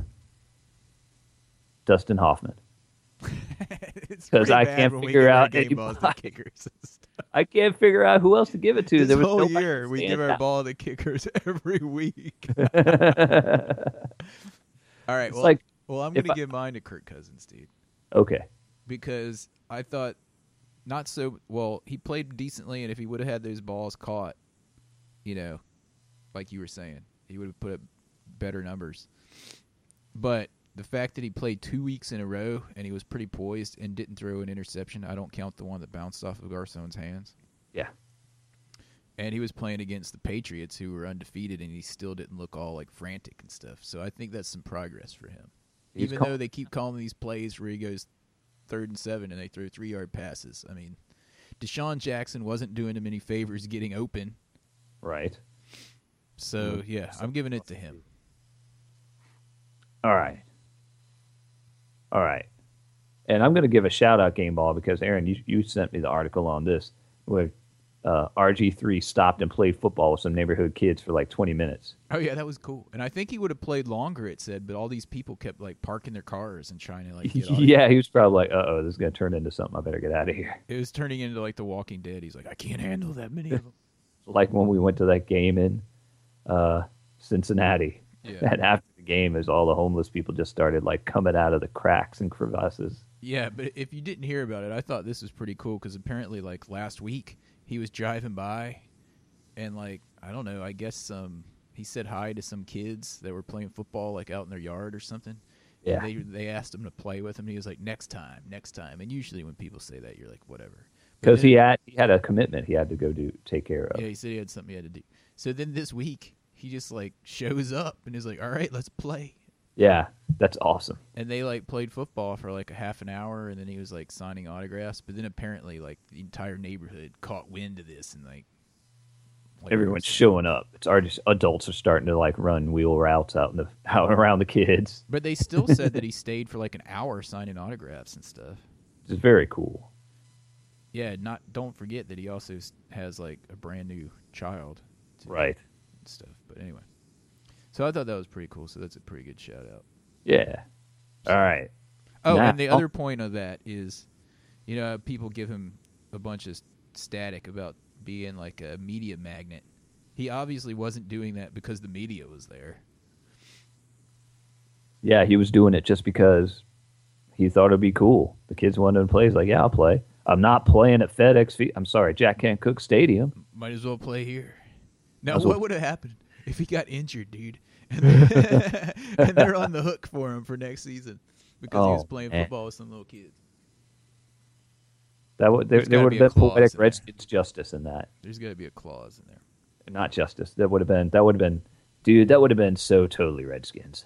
[SPEAKER 4] Dustin Hoffman.
[SPEAKER 3] it's
[SPEAKER 4] 'Cause
[SPEAKER 3] pretty
[SPEAKER 4] I
[SPEAKER 3] bad
[SPEAKER 4] can't
[SPEAKER 3] when we
[SPEAKER 4] figure
[SPEAKER 3] give our
[SPEAKER 4] out
[SPEAKER 3] game balls to
[SPEAKER 4] anybody.
[SPEAKER 3] kickers. and stuff.
[SPEAKER 4] I can't figure out who else to give it to.
[SPEAKER 3] This
[SPEAKER 4] there was
[SPEAKER 3] whole
[SPEAKER 4] nobody
[SPEAKER 3] year, we give
[SPEAKER 4] standing
[SPEAKER 3] our
[SPEAKER 4] out.
[SPEAKER 3] ball to kickers every week. All right,
[SPEAKER 4] It's
[SPEAKER 3] well,
[SPEAKER 4] like,
[SPEAKER 3] well, I'm
[SPEAKER 4] if
[SPEAKER 3] going to
[SPEAKER 4] I-
[SPEAKER 3] give mine to Kirk Cousins, dude,
[SPEAKER 4] Okay,
[SPEAKER 3] because I thought not so well. He played decently, and if he would have had those balls caught, you know, like you were saying, he would have put up better numbers. But the fact that he played two weeks in a row and he was pretty poised and didn't throw an interception, I don't count the one that bounced off of Garcon's hands.
[SPEAKER 4] yeah,
[SPEAKER 3] and he was playing against the Patriots, who were undefeated, and he still didn't look all like frantic and stuff. So I think that's some progress for him,
[SPEAKER 4] He's
[SPEAKER 3] even
[SPEAKER 4] cal-
[SPEAKER 3] though they keep calling these plays where he goes third and seven and they throw three yard passes. I mean, Deshaun Jackson wasn't doing him any favors getting open.
[SPEAKER 4] right.
[SPEAKER 3] So
[SPEAKER 4] Mm-hmm.
[SPEAKER 3] yeah, I'm giving it to him.
[SPEAKER 4] All right, all right. And I'm going to give a shout out game ball because Aaron, you you sent me the article on this where uh, RG3 stopped and played football with some neighborhood kids for like 20 minutes.
[SPEAKER 3] Oh yeah, that was cool. And I think he would have played longer. It said, but all these people kept like parking their cars and trying to like get. Out
[SPEAKER 4] yeah, he was probably like, "Uh oh, this is going to turn into something. I better get out of here."
[SPEAKER 3] It was turning into like The Walking Dead. He's like, I can't handle that many of them.
[SPEAKER 4] like when we went to that game in uh, Cincinnati.
[SPEAKER 3] Yeah.
[SPEAKER 4] And after the game, is all the homeless people just started like coming out of the cracks and crevasses.
[SPEAKER 3] Yeah, but if you didn't hear about it, I thought this was pretty cool because apparently, like last week, he was driving by, and like I don't know, I guess some he said hi to some kids that were playing football like out in their yard or something. And
[SPEAKER 4] Yeah.
[SPEAKER 3] they they asked him to play with him, and he was like, "Next time, next time." And usually, when people say that, you're like, "Whatever," But
[SPEAKER 4] Because
[SPEAKER 3] then-
[SPEAKER 4] he had he had a commitment he had to go do take care of.
[SPEAKER 3] yeah, he said he had something he had to do. So then this week, he just like shows up and is like, "All right, let's play."
[SPEAKER 4] Yeah, that's awesome.
[SPEAKER 3] and they like played football for like a half an hour and then he was like signing autographs but then apparently like the entire neighborhood caught wind of this and like
[SPEAKER 9] Like,
[SPEAKER 4] Everyone's
[SPEAKER 9] it's-
[SPEAKER 4] showing up. It's our just adults are starting to like run wheel routes out in the out around the kids.
[SPEAKER 3] But they still said that he stayed for like an hour signing autographs and stuff.
[SPEAKER 4] It's very cool.
[SPEAKER 3] Yeah, not don't forget that he also s- has like a brand new child too,
[SPEAKER 4] Right.
[SPEAKER 3] and stuff. But anyway, so I thought that was pretty cool. So that's a pretty good shout out.
[SPEAKER 4] Yeah. All right.
[SPEAKER 3] Oh,
[SPEAKER 4] Nah,
[SPEAKER 3] and the
[SPEAKER 4] I'll-
[SPEAKER 3] other point of that is, you know, people give him a bunch of static about being like a media magnet. He obviously wasn't doing that because the media was there.
[SPEAKER 4] Yeah, he was doing it just because he thought it'd be cool. The kids wanted to play. He's like, yeah, I'll play. I'm not playing at FedEx. Fe- I'm sorry, Jack Kent Cook Stadium.
[SPEAKER 3] Might as well play here. Now,
[SPEAKER 4] as well-
[SPEAKER 3] what would have happened if he got injured, dude? And they're, and they're on the hook for him for next season because he was
[SPEAKER 4] Oh,
[SPEAKER 3] playing
[SPEAKER 4] man.
[SPEAKER 3] football with some little kids.
[SPEAKER 4] That would there,
[SPEAKER 3] There's
[SPEAKER 4] there
[SPEAKER 3] gotta
[SPEAKER 4] would
[SPEAKER 3] be a
[SPEAKER 4] have been
[SPEAKER 3] clause
[SPEAKER 4] poetic
[SPEAKER 3] in there.
[SPEAKER 4] Redskins justice in that.
[SPEAKER 3] There's got to be a clause in there.
[SPEAKER 4] Not justice. That would have been. That would have been. Dude, that would have been so totally Redskins.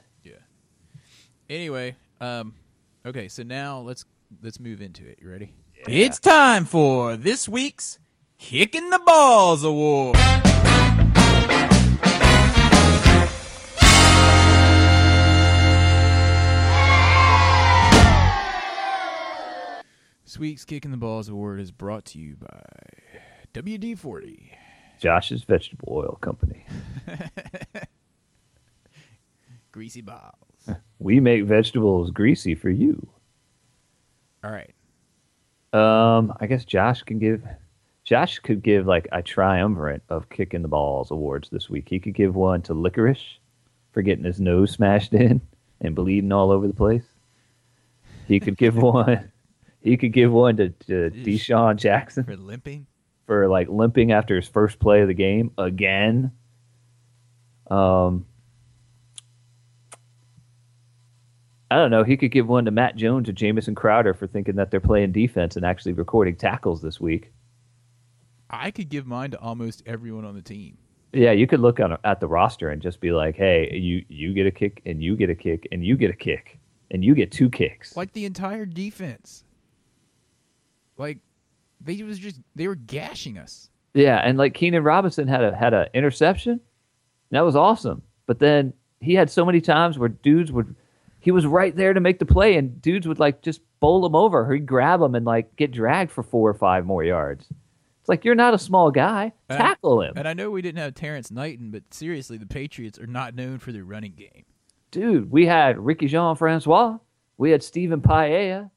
[SPEAKER 3] Anyway, um, okay, so now let's let's move into it. You ready?
[SPEAKER 9] It's time for this week's Kicking the Balls Award.
[SPEAKER 3] This week's Kicking the Balls award is brought to you by WD-40.
[SPEAKER 4] Josh's Vegetable Oil Company.
[SPEAKER 3] Greasy balls.
[SPEAKER 4] We make vegetables greasy for you.
[SPEAKER 3] All right.
[SPEAKER 4] Um, I guess Josh can give. Josh could give like a triumvirate of kicking the balls awards this week. He could give one to Licorice for getting his nose smashed in and bleeding all over the place. He could give one. He could give one to, to Deshaun Jackson
[SPEAKER 3] For limping.
[SPEAKER 4] for like limping after his first play of the game again. Um, I don't know. He could give one to Matt Jones or Jamison Crowder for thinking that they're playing defense and actually recording tackles this week.
[SPEAKER 3] I could give mine to almost everyone on the team.
[SPEAKER 4] Yeah, you could look on, at the roster and just be like, "Hey, you you get a kick, and you get a kick, and you get a kick, and you get two kicks."
[SPEAKER 3] Like the entire defense. Like they was just they were gashing us.
[SPEAKER 4] Yeah, and like Keenan Robinson had a had a interception. and That was awesome. But then he had so many times where dudes would he was right there to make the play and dudes would like just bowl him over. He'd grab him and like get dragged for four or five more yards. It's like you're not a small guy.
[SPEAKER 3] Uh,
[SPEAKER 4] Tackle him.
[SPEAKER 3] And I know we didn't have Terrence Knighton, but seriously, the Patriots are not known for their running game.
[SPEAKER 4] Dude, we had Ricky Jean Francois. We had Stephen Paella.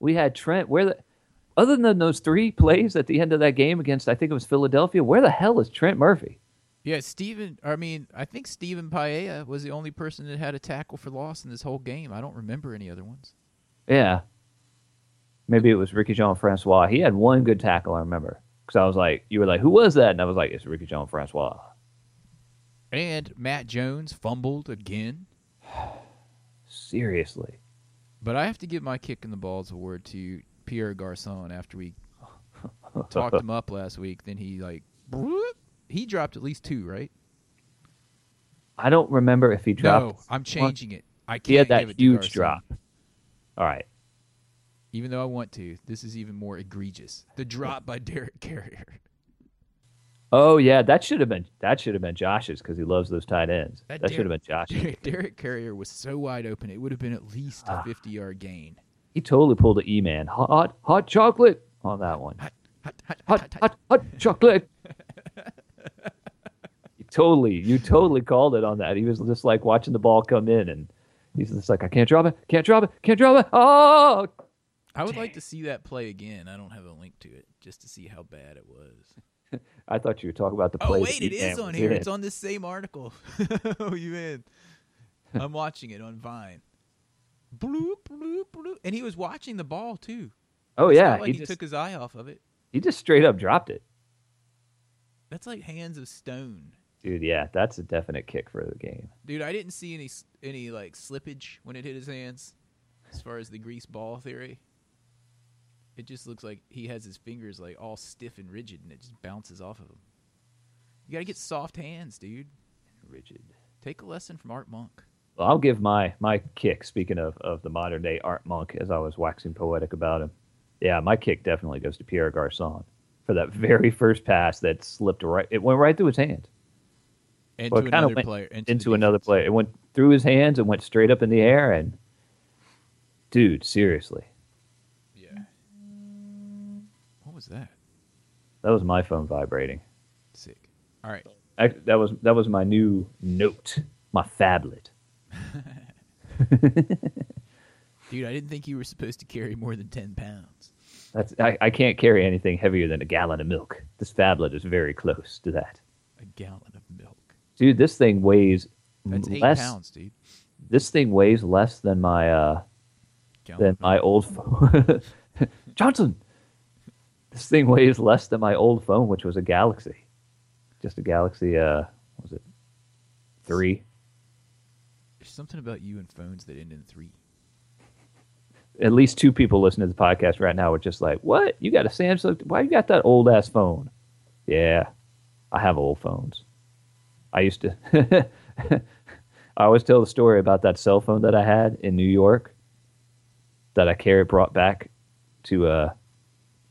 [SPEAKER 4] We had Trent. Where the other than those three plays at the end of that game against I think it was Philadelphia, where the hell is Trent Murphy?
[SPEAKER 3] Yeah, Steven I mean, I think Steven Paella was the only person that had a tackle for loss in this whole game. I don't remember any other ones.
[SPEAKER 4] Yeah. Maybe it was Ricky Jean Francois. He had one good tackle, I remember. Because I was like, you were like, who was that? And I was like, it's Ricky Jean Francois.
[SPEAKER 3] And Matt Jones fumbled again.
[SPEAKER 4] Seriously.
[SPEAKER 3] But I have to give my kick in the balls award to Pierre Garcon after we talked him up last week. Then he like broop. he dropped at least two, right?
[SPEAKER 4] I don't remember if he dropped.
[SPEAKER 3] No, I'm changing it. I can't
[SPEAKER 4] He had
[SPEAKER 3] give
[SPEAKER 4] that
[SPEAKER 3] it to
[SPEAKER 4] huge
[SPEAKER 3] Garcon.
[SPEAKER 4] drop. All right.
[SPEAKER 3] Even though I want to, this is even more egregious. The drop by Derek Carrier.
[SPEAKER 4] Oh yeah, that should have been that should have been Josh's because he loves those tight ends.
[SPEAKER 3] That
[SPEAKER 4] That, should have been
[SPEAKER 3] Derek-
[SPEAKER 4] Josh's.
[SPEAKER 3] Derek, Derek Carrier was so wide open; it would have been at least
[SPEAKER 4] Ah.
[SPEAKER 3] a 50 yard gain.
[SPEAKER 4] He totally pulled an E man. Hot hot chocolate on that one.
[SPEAKER 3] Hot, hot, hot,
[SPEAKER 4] Hot hot hot chocolate. You totally, you totally called it on that. He was just like watching the ball come in, and he's just like, I can't drop it, can't drop it, can't drop it. Oh,
[SPEAKER 3] I would like to see that play again. I don't have a link to it, just to see how bad it was.
[SPEAKER 4] I thought you were talking about the
[SPEAKER 3] Oh
[SPEAKER 4] play.
[SPEAKER 3] wait,
[SPEAKER 4] that
[SPEAKER 3] it
[SPEAKER 4] Eaton
[SPEAKER 3] is on
[SPEAKER 4] was
[SPEAKER 3] here.
[SPEAKER 4] in.
[SPEAKER 3] It's on this same article. oh, you in? I'm watching it on Vine. Bloop bloop bloop, and he was watching the ball too.
[SPEAKER 4] Oh
[SPEAKER 3] It's
[SPEAKER 4] yeah,
[SPEAKER 3] not like
[SPEAKER 4] he
[SPEAKER 3] he,
[SPEAKER 4] just
[SPEAKER 3] took his eye off of it.
[SPEAKER 4] he just straight up dropped it,
[SPEAKER 3] That's like hands of stone,
[SPEAKER 4] dude. Yeah, that's a definite kick for the game.
[SPEAKER 3] dude. I didn't see any s- any like slippage when it hit his hands. As far as the grease ball theory, it just looks like he has his fingers like all stiff and rigid, and it just bounces off of him. You gotta get soft hands, dude.
[SPEAKER 4] Rigid.
[SPEAKER 3] Take a lesson from Art Monk.
[SPEAKER 4] Well, I'll give my my kick. Speaking of of the modern day Art Monk, as I was waxing poetic about him, yeah, my kick definitely goes to Pierre Garcon. for that very first pass that slipped right. It went right through his hand.
[SPEAKER 3] Into
[SPEAKER 4] Well, it kinda
[SPEAKER 3] another
[SPEAKER 4] went
[SPEAKER 3] player.
[SPEAKER 4] into,
[SPEAKER 3] the
[SPEAKER 4] another
[SPEAKER 3] defense.
[SPEAKER 4] player. It went through his hands and went straight up in the air. And dude, seriously,
[SPEAKER 3] Yeah. What was that?
[SPEAKER 4] that was my phone vibrating.
[SPEAKER 3] Sick. All right.
[SPEAKER 4] I, that was that was my new note, my phablet.
[SPEAKER 3] Dude, I didn't think you were supposed to carry more than 10 pounds.
[SPEAKER 4] That's I, I can't carry anything heavier than a gallon of milk. This phablet is very close to that.
[SPEAKER 3] A gallon of milk.
[SPEAKER 4] Dude, this thing weighs
[SPEAKER 3] That's 8
[SPEAKER 4] less.
[SPEAKER 3] pounds, dude.
[SPEAKER 4] This thing weighs less than my uh,
[SPEAKER 3] Gallon.
[SPEAKER 4] than my old phone. Johnson, this thing weighs less than my old phone, which was a Galaxy, just a Galaxy. Uh, what was it three?
[SPEAKER 3] There's something about you and phones that end in 3.
[SPEAKER 4] At least two people listening to the podcast right now are just like, "What? You got a Samsung? Why you got that old ass phone?" Yeah, I have old phones. I used to. I always tell the story about that cell phone that I had in New York that I carried brought back to uh,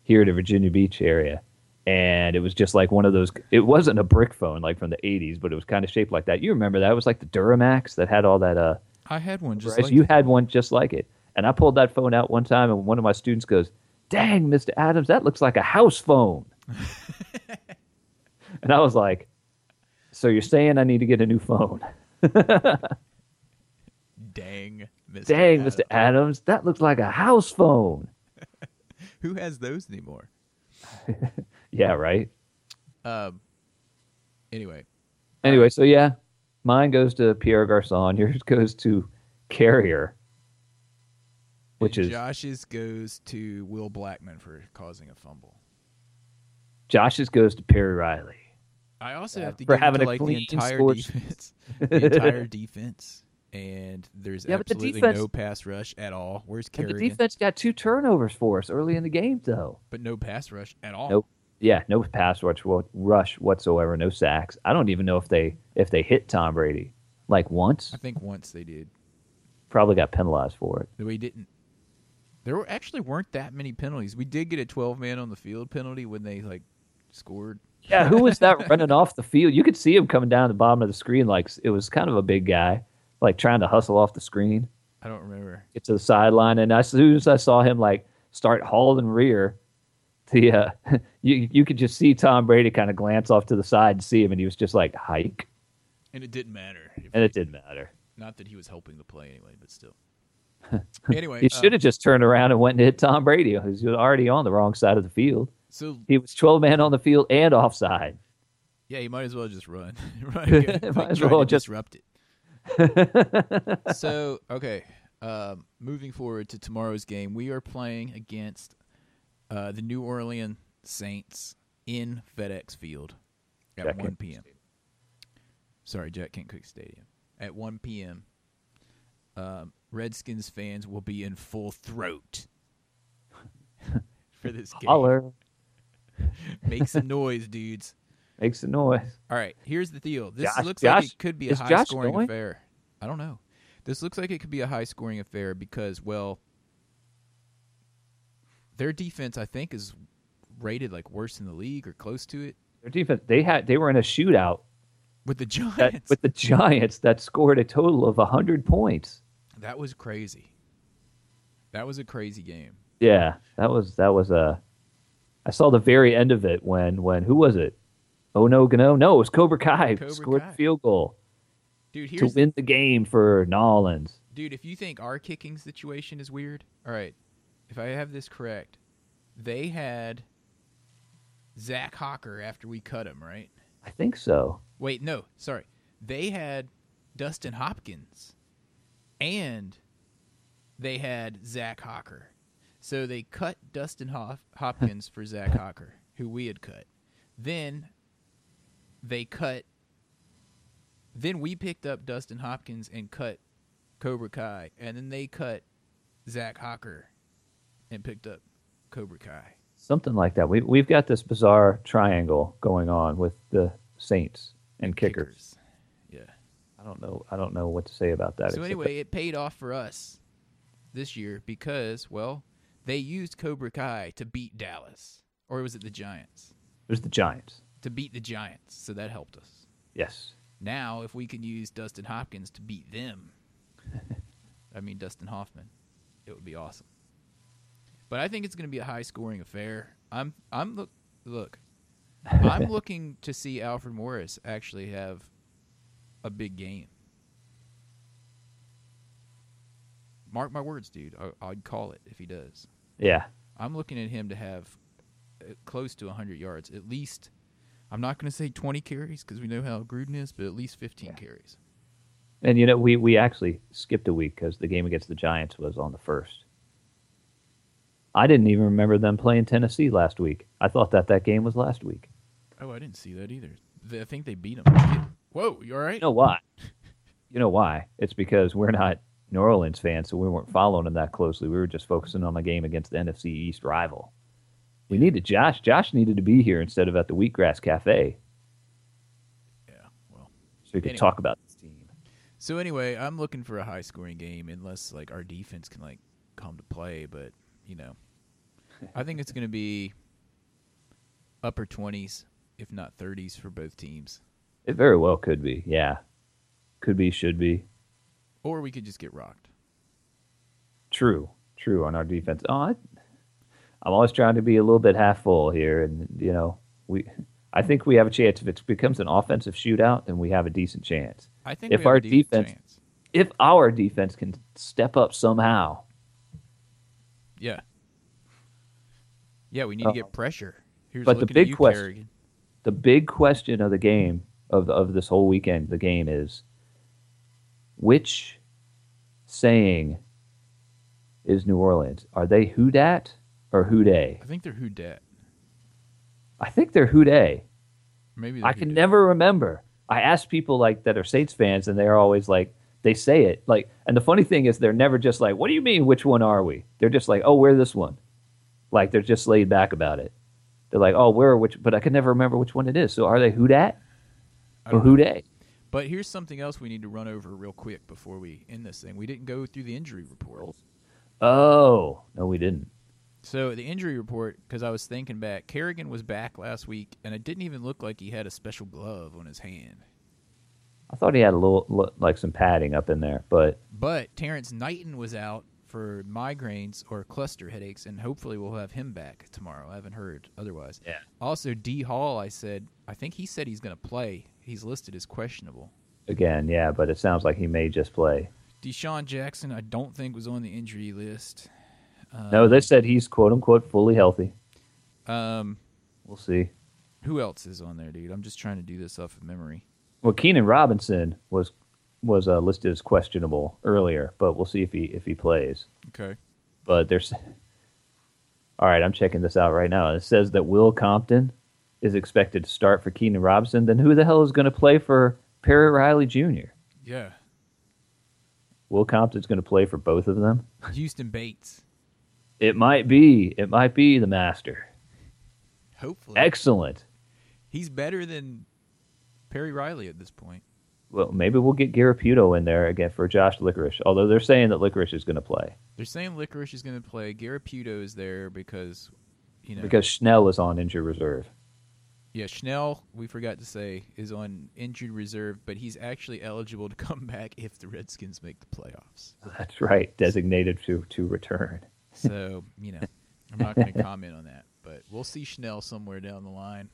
[SPEAKER 4] here to Virginia Beach area, and it was just like one of those. It wasn't a brick phone like from the '80s, but it was kind of shaped like that. You remember that? It was like the Duramax that had all that. Uh,
[SPEAKER 3] I had one just
[SPEAKER 4] Bryce,
[SPEAKER 3] like
[SPEAKER 4] you had one just like it, and I pulled that phone out one time, and one of my students goes, "Dang, Mr. Adams, that looks like a house phone," and I was like, "So you're saying I need to get a new phone?"
[SPEAKER 3] dang Mr.
[SPEAKER 4] Dang,
[SPEAKER 3] Adam.
[SPEAKER 4] Mr. Adams, that looks like a house phone.
[SPEAKER 3] Who has those anymore?
[SPEAKER 4] Yeah, right.
[SPEAKER 3] Um anyway,
[SPEAKER 4] Anyway, so yeah, mine goes to Pierre Garcon. Yours goes to Carrier, which
[SPEAKER 3] and
[SPEAKER 4] is
[SPEAKER 3] Josh's goes to Will Blackman for causing a fumble.
[SPEAKER 4] Josh's goes to Perry Riley.
[SPEAKER 3] I also
[SPEAKER 4] Yeah,
[SPEAKER 3] have to
[SPEAKER 4] for
[SPEAKER 3] give it
[SPEAKER 4] having
[SPEAKER 3] to
[SPEAKER 4] a
[SPEAKER 3] like the
[SPEAKER 4] clean
[SPEAKER 3] entire
[SPEAKER 4] score sheet.
[SPEAKER 3] defense, the entire defense, and there's
[SPEAKER 4] Yeah, but the
[SPEAKER 3] absolutely
[SPEAKER 4] defense-
[SPEAKER 3] no pass rush at all. Where's
[SPEAKER 4] And the
[SPEAKER 3] Kerrigan?
[SPEAKER 4] defense got two turnovers for us early in the game, though.
[SPEAKER 3] But no pass rush at all.
[SPEAKER 4] Nope. Yeah, no pass rush, what- rush whatsoever, no sacks. I don't even know if they if they hit Tom Brady like once.
[SPEAKER 3] I think once they did.
[SPEAKER 4] Probably got penalized for it.
[SPEAKER 3] No, we didn't. There were actually weren't that many penalties. We did get a 12 man on the field penalty when they like scored.
[SPEAKER 4] Yeah, who was that running off the field? You could see him coming down the bottom of the screen. Like it was kind of a big guy, like trying to hustle off the screen,
[SPEAKER 3] I don't remember.
[SPEAKER 4] get to the sideline. And as soon as I saw him like start hauling rear, the uh, you you could just see Tom Brady kind of glance off to the side and see him, and he was just like hike,
[SPEAKER 3] And it didn't matter. If-
[SPEAKER 4] and it didn't matter.
[SPEAKER 3] Not that he was helping the play anyway, but still. Anyway,
[SPEAKER 4] He
[SPEAKER 3] uh,
[SPEAKER 4] should have just turned around and went and hit Tom Brady, who's already on the wrong side of the field.
[SPEAKER 3] so
[SPEAKER 4] He was 12 man on the field and offside.
[SPEAKER 3] yeah, he might as well just run. Right, like,
[SPEAKER 4] Might as
[SPEAKER 3] try to
[SPEAKER 4] well just-
[SPEAKER 3] disrupt it. so okay, um, moving forward to tomorrow's game, we are playing against uh, the New Orleans Saints in FedEx Field at
[SPEAKER 4] Jack
[SPEAKER 3] 1
[SPEAKER 4] Kent
[SPEAKER 3] p.m. Sorry, Jack Kent Cook Stadium at 1 p.m. Um, Redskins fans will be in full throat for this game.
[SPEAKER 4] Holler.
[SPEAKER 3] Make some noise, dudes.
[SPEAKER 4] Makes some noise.
[SPEAKER 3] All right, here's the deal. This
[SPEAKER 4] Josh-
[SPEAKER 3] looks like
[SPEAKER 4] Josh-
[SPEAKER 3] it could be a
[SPEAKER 4] is
[SPEAKER 3] high
[SPEAKER 4] Josh
[SPEAKER 3] scoring
[SPEAKER 4] going?
[SPEAKER 3] affair. I don't know. This looks like it could be a high scoring affair because, well, their defense, I think, is rated like worse in the league or close to it
[SPEAKER 4] Their defense, they had they were in a shootout
[SPEAKER 3] with the Giants.
[SPEAKER 4] that, with the Giants that scored a total of 100 points.
[SPEAKER 3] that was crazy. That was a crazy game.
[SPEAKER 4] Yeah, that was that was a I saw the very end of it when when who was it? Oh no, no, no, it was Cobra Kai
[SPEAKER 3] Cobra
[SPEAKER 4] scored
[SPEAKER 3] Kai.
[SPEAKER 4] the field goal
[SPEAKER 3] Dude,
[SPEAKER 4] to
[SPEAKER 3] here's
[SPEAKER 4] win the game for Nolans.
[SPEAKER 3] dude, if you think our kicking situation is weird, all right. If I have this correct, they had Zach Hawker after we cut him, right?
[SPEAKER 4] I think so.
[SPEAKER 3] Wait, no, sorry. They had Dustin Hopkins and they had Zach Hawker. So they cut Dustin Hof- Hopkins for Zach Hawker, who we had cut. Then they cut. Then we picked up Dustin Hopkins and cut Cobra Kai. And then they cut Zach Hawker and picked up Cobra Kai.
[SPEAKER 4] something like that. We we've got this bizarre triangle going on with the Saints and kickers.
[SPEAKER 3] Yeah.
[SPEAKER 4] I don't know. I don't know what to say about that.
[SPEAKER 3] So
[SPEAKER 4] except
[SPEAKER 3] anyway, it paid off for us this year because, well, they used Cobra Kai to beat Dallas or was it the Giants?
[SPEAKER 4] It was the Giants.
[SPEAKER 3] To beat the Giants, so that helped us.
[SPEAKER 4] Yes.
[SPEAKER 3] Now, if we could use Dustin Hopkins to beat them, I mean Dustin Hoffman, it would be awesome. But I think it's going to be a high-scoring affair. I'm I'm look look, I'm looking to see Alfred Morris actually have a big game. Mark my words, dude. I, I'd call it if he does.
[SPEAKER 4] Yeah.
[SPEAKER 3] I'm looking at him to have uh, close to 100 yards, at least. I'm not going to say 20 carries because we know how Gruden is, but at least 15 carries.
[SPEAKER 4] And you know, we we actually skipped a week because the game against the Giants was on the first. I didn't even remember them playing Tennessee last week. I thought that that game was last week.
[SPEAKER 3] Oh, I didn't see that either. Th- I think they beat him. Whoa, you all right?
[SPEAKER 4] You know why? You know why? It's because we're not New Orleans fans, so we weren't following them that closely. We were just focusing on the game against the NFC East rival. We needed Josh. Josh needed to be here instead of at the Wheatgrass Cafe,
[SPEAKER 3] Yeah, well.
[SPEAKER 4] so we could
[SPEAKER 3] Anyway.
[SPEAKER 4] talk about this team.
[SPEAKER 3] So anyway, I'm looking for a high scoring game unless like our defense can like come to play, but you know. I think it's going to be upper 20s if not 30s for both teams.
[SPEAKER 4] It very well could be. Yeah, could be, should be.
[SPEAKER 3] Or we could just get rocked.
[SPEAKER 4] True, true on our defense. Oh, I, I'm always trying to be a little bit half full here, and you know, we. I think we have a chance if it becomes an offensive shootout, then we have a decent chance.
[SPEAKER 3] I think
[SPEAKER 4] If
[SPEAKER 3] we have a
[SPEAKER 4] our
[SPEAKER 3] decent
[SPEAKER 4] defense-
[SPEAKER 3] chance.
[SPEAKER 4] If our defense can step up somehow,
[SPEAKER 3] Yeah. Yeah, we need to
[SPEAKER 4] Uh-oh.
[SPEAKER 3] get pressure. Here's
[SPEAKER 4] Um, But the
[SPEAKER 3] looking at
[SPEAKER 4] big
[SPEAKER 3] you,
[SPEAKER 4] question-
[SPEAKER 3] Kerrigan.
[SPEAKER 4] the big question of the game of of this whole weekend, the game is which saying is New Orleans? Are they who dat or who day?
[SPEAKER 3] I think they're who debt.
[SPEAKER 4] I think they're who day.
[SPEAKER 3] Maybe they're
[SPEAKER 4] I can
[SPEAKER 3] Houdet.
[SPEAKER 4] never remember. I ask people like that are Saints fans, and they're always like, they say it like. And the funny thing is, they're never just like, "What do you mean? Which one are we?" They're just like, "Oh, we're this one." Like they're just laid back about it. They're like, "Oh, we're which," but I can never remember which one it is. So are they who dat
[SPEAKER 3] I
[SPEAKER 4] or
[SPEAKER 3] don't
[SPEAKER 4] who day?
[SPEAKER 3] But here's something else we need to run over real quick before we end this thing. We didn't go through the injury report.
[SPEAKER 4] Oh no, we didn't.
[SPEAKER 3] So the injury report, because I was thinking back, Kerrigan was back last week, and it didn't even look like he had a special glove on his hand.
[SPEAKER 4] I thought he had a little li- like some padding up in there, but
[SPEAKER 3] But Terrence Knighton was out for migraines or cluster headaches, and hopefully we'll have him back tomorrow. I haven't heard otherwise.
[SPEAKER 4] Yeah.
[SPEAKER 3] Also, D Hall, I said, I think he said he's going to play. He's listed as questionable.
[SPEAKER 4] again, yeah. But it sounds like he may just play.
[SPEAKER 3] Deshaun Jackson, I don't think was on the injury list.
[SPEAKER 4] no, they said he's quote unquote fully healthy.
[SPEAKER 3] Um,
[SPEAKER 4] We'll see.
[SPEAKER 3] who else is on there, dude? I'm just trying to do this off of memory.
[SPEAKER 4] Well, Keenan Robinson was was uh, listed as questionable earlier, but we'll see if he if he plays.
[SPEAKER 3] Okay.
[SPEAKER 4] But there's all right. I'm checking this out right now. It says that Will Compton is expected to start for Keenan Robinson. Then who the hell is going to play for Perry Riley Jr.?
[SPEAKER 3] Yeah.
[SPEAKER 4] Will Compton's going to play for both of them.
[SPEAKER 3] Houston Bates.
[SPEAKER 4] It might be. It might be the master.
[SPEAKER 3] Hopefully.
[SPEAKER 4] Excellent.
[SPEAKER 3] He's better than Perry Riley at this point.
[SPEAKER 4] Well, maybe we'll get Garaputo in there again for Josh Licorice. Although they're saying that Licorice is going to play
[SPEAKER 3] They're saying Licorice is going to play. Garaputo is there because, you know,
[SPEAKER 4] because Schnell is on injury reserve.
[SPEAKER 3] yeah, Schnell we forgot to say is on injured reserve, but he's actually eligible to come back if the Redskins make the playoffs.
[SPEAKER 4] That's right, designated to to return.
[SPEAKER 3] So you know, I'm not going to comment on that, but we'll see Schnell somewhere down the line.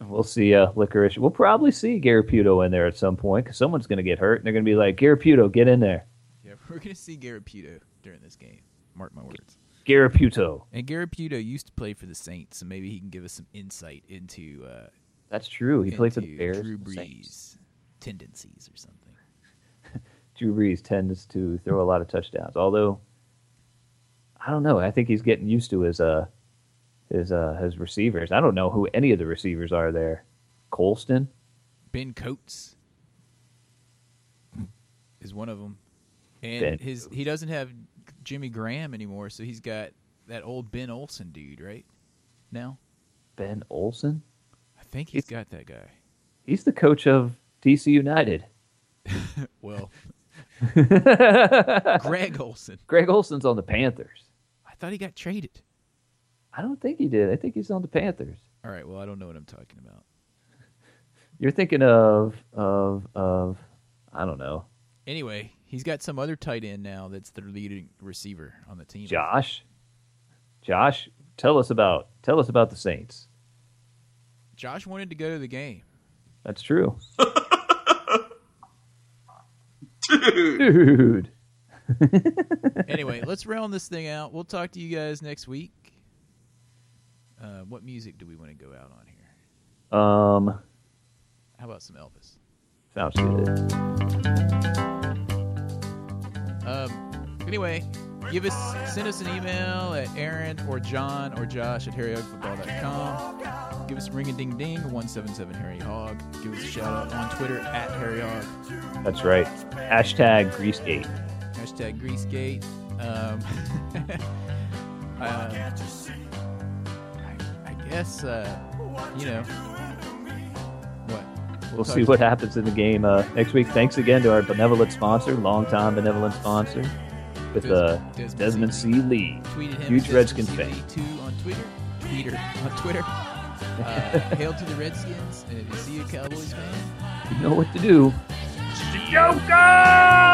[SPEAKER 4] We'll see uh, licorice. We'll probably see Garaputo in there at some point because someone's going to get hurt and they're going to be like, Garaputo, get in there.
[SPEAKER 3] Yeah, we're going to see Garaputo during this game. Mark my words.
[SPEAKER 4] Garaputo.
[SPEAKER 3] And Garaputo used to play for the Saints, so maybe he can give us some insight into uh,
[SPEAKER 4] That's true. He played for the
[SPEAKER 3] into
[SPEAKER 4] Bears.
[SPEAKER 3] Drew
[SPEAKER 4] the Saints.
[SPEAKER 3] Brees' tendencies or something.
[SPEAKER 4] Drew Brees tends to throw a lot of touchdowns. Although, I don't know. I think he's getting used to his uh his uh his receivers. I don't know who any of the receivers are there. Colston.
[SPEAKER 3] Ben Coates is one of them, and
[SPEAKER 4] Ben
[SPEAKER 3] his he doesn't have Jimmy Graham anymore, so he's got that old Ben Olsen dude right now.
[SPEAKER 4] Ben Olson.
[SPEAKER 3] I think he's
[SPEAKER 4] He's-
[SPEAKER 3] got that guy.
[SPEAKER 4] He's the coach of DC United.
[SPEAKER 3] Well, Greg Olson.
[SPEAKER 4] Greg Olson's on the Panthers.
[SPEAKER 3] I thought he got traded.
[SPEAKER 4] I don't think he did. I think he's on the Panthers.
[SPEAKER 3] All right. Well, I don't know what I'm talking about.
[SPEAKER 4] You're thinking of of of I don't know
[SPEAKER 3] Anyway, he's got some other tight end now that's the leading receiver on the team.
[SPEAKER 4] Josh. Josh, tell us about tell us about the Saints.
[SPEAKER 3] Josh wanted to go to the game.
[SPEAKER 4] That's true,
[SPEAKER 6] Dude.
[SPEAKER 4] dude.
[SPEAKER 3] Anyway, let's round this thing out. We'll talk to you guys next week. Uh, what music do we want to go out on here?
[SPEAKER 4] Um,
[SPEAKER 3] How about some Elvis?
[SPEAKER 4] sounds good.
[SPEAKER 3] Um, anyway, give us send us an email at Aaron or John or Josh at harryhogfootball.com. Give us ring a ding ding one seven seven Harry Hog. Give us a shout out on Twitter at Harry Hog.
[SPEAKER 4] That's right. Hashtag Greasegate.
[SPEAKER 3] Hashtag Greasegate. Um, uh, I, I guess, uh, you know, what?
[SPEAKER 4] We'll see what happens in the game uh, next week. Thanks again to our benevolent sponsor, longtime benevolent sponsor, with uh,
[SPEAKER 3] Desmond-
[SPEAKER 4] Desmond C. Lee.
[SPEAKER 3] Tweeted him.
[SPEAKER 4] Huge
[SPEAKER 3] at
[SPEAKER 4] Redskin
[SPEAKER 3] Desmond
[SPEAKER 4] fan.
[SPEAKER 3] Seeley Two on Twitter. Tweeter on Twitter. Uh, hail to the Redskins, and if you see a Cowboys fan,
[SPEAKER 4] You know what to do.
[SPEAKER 7] Joker!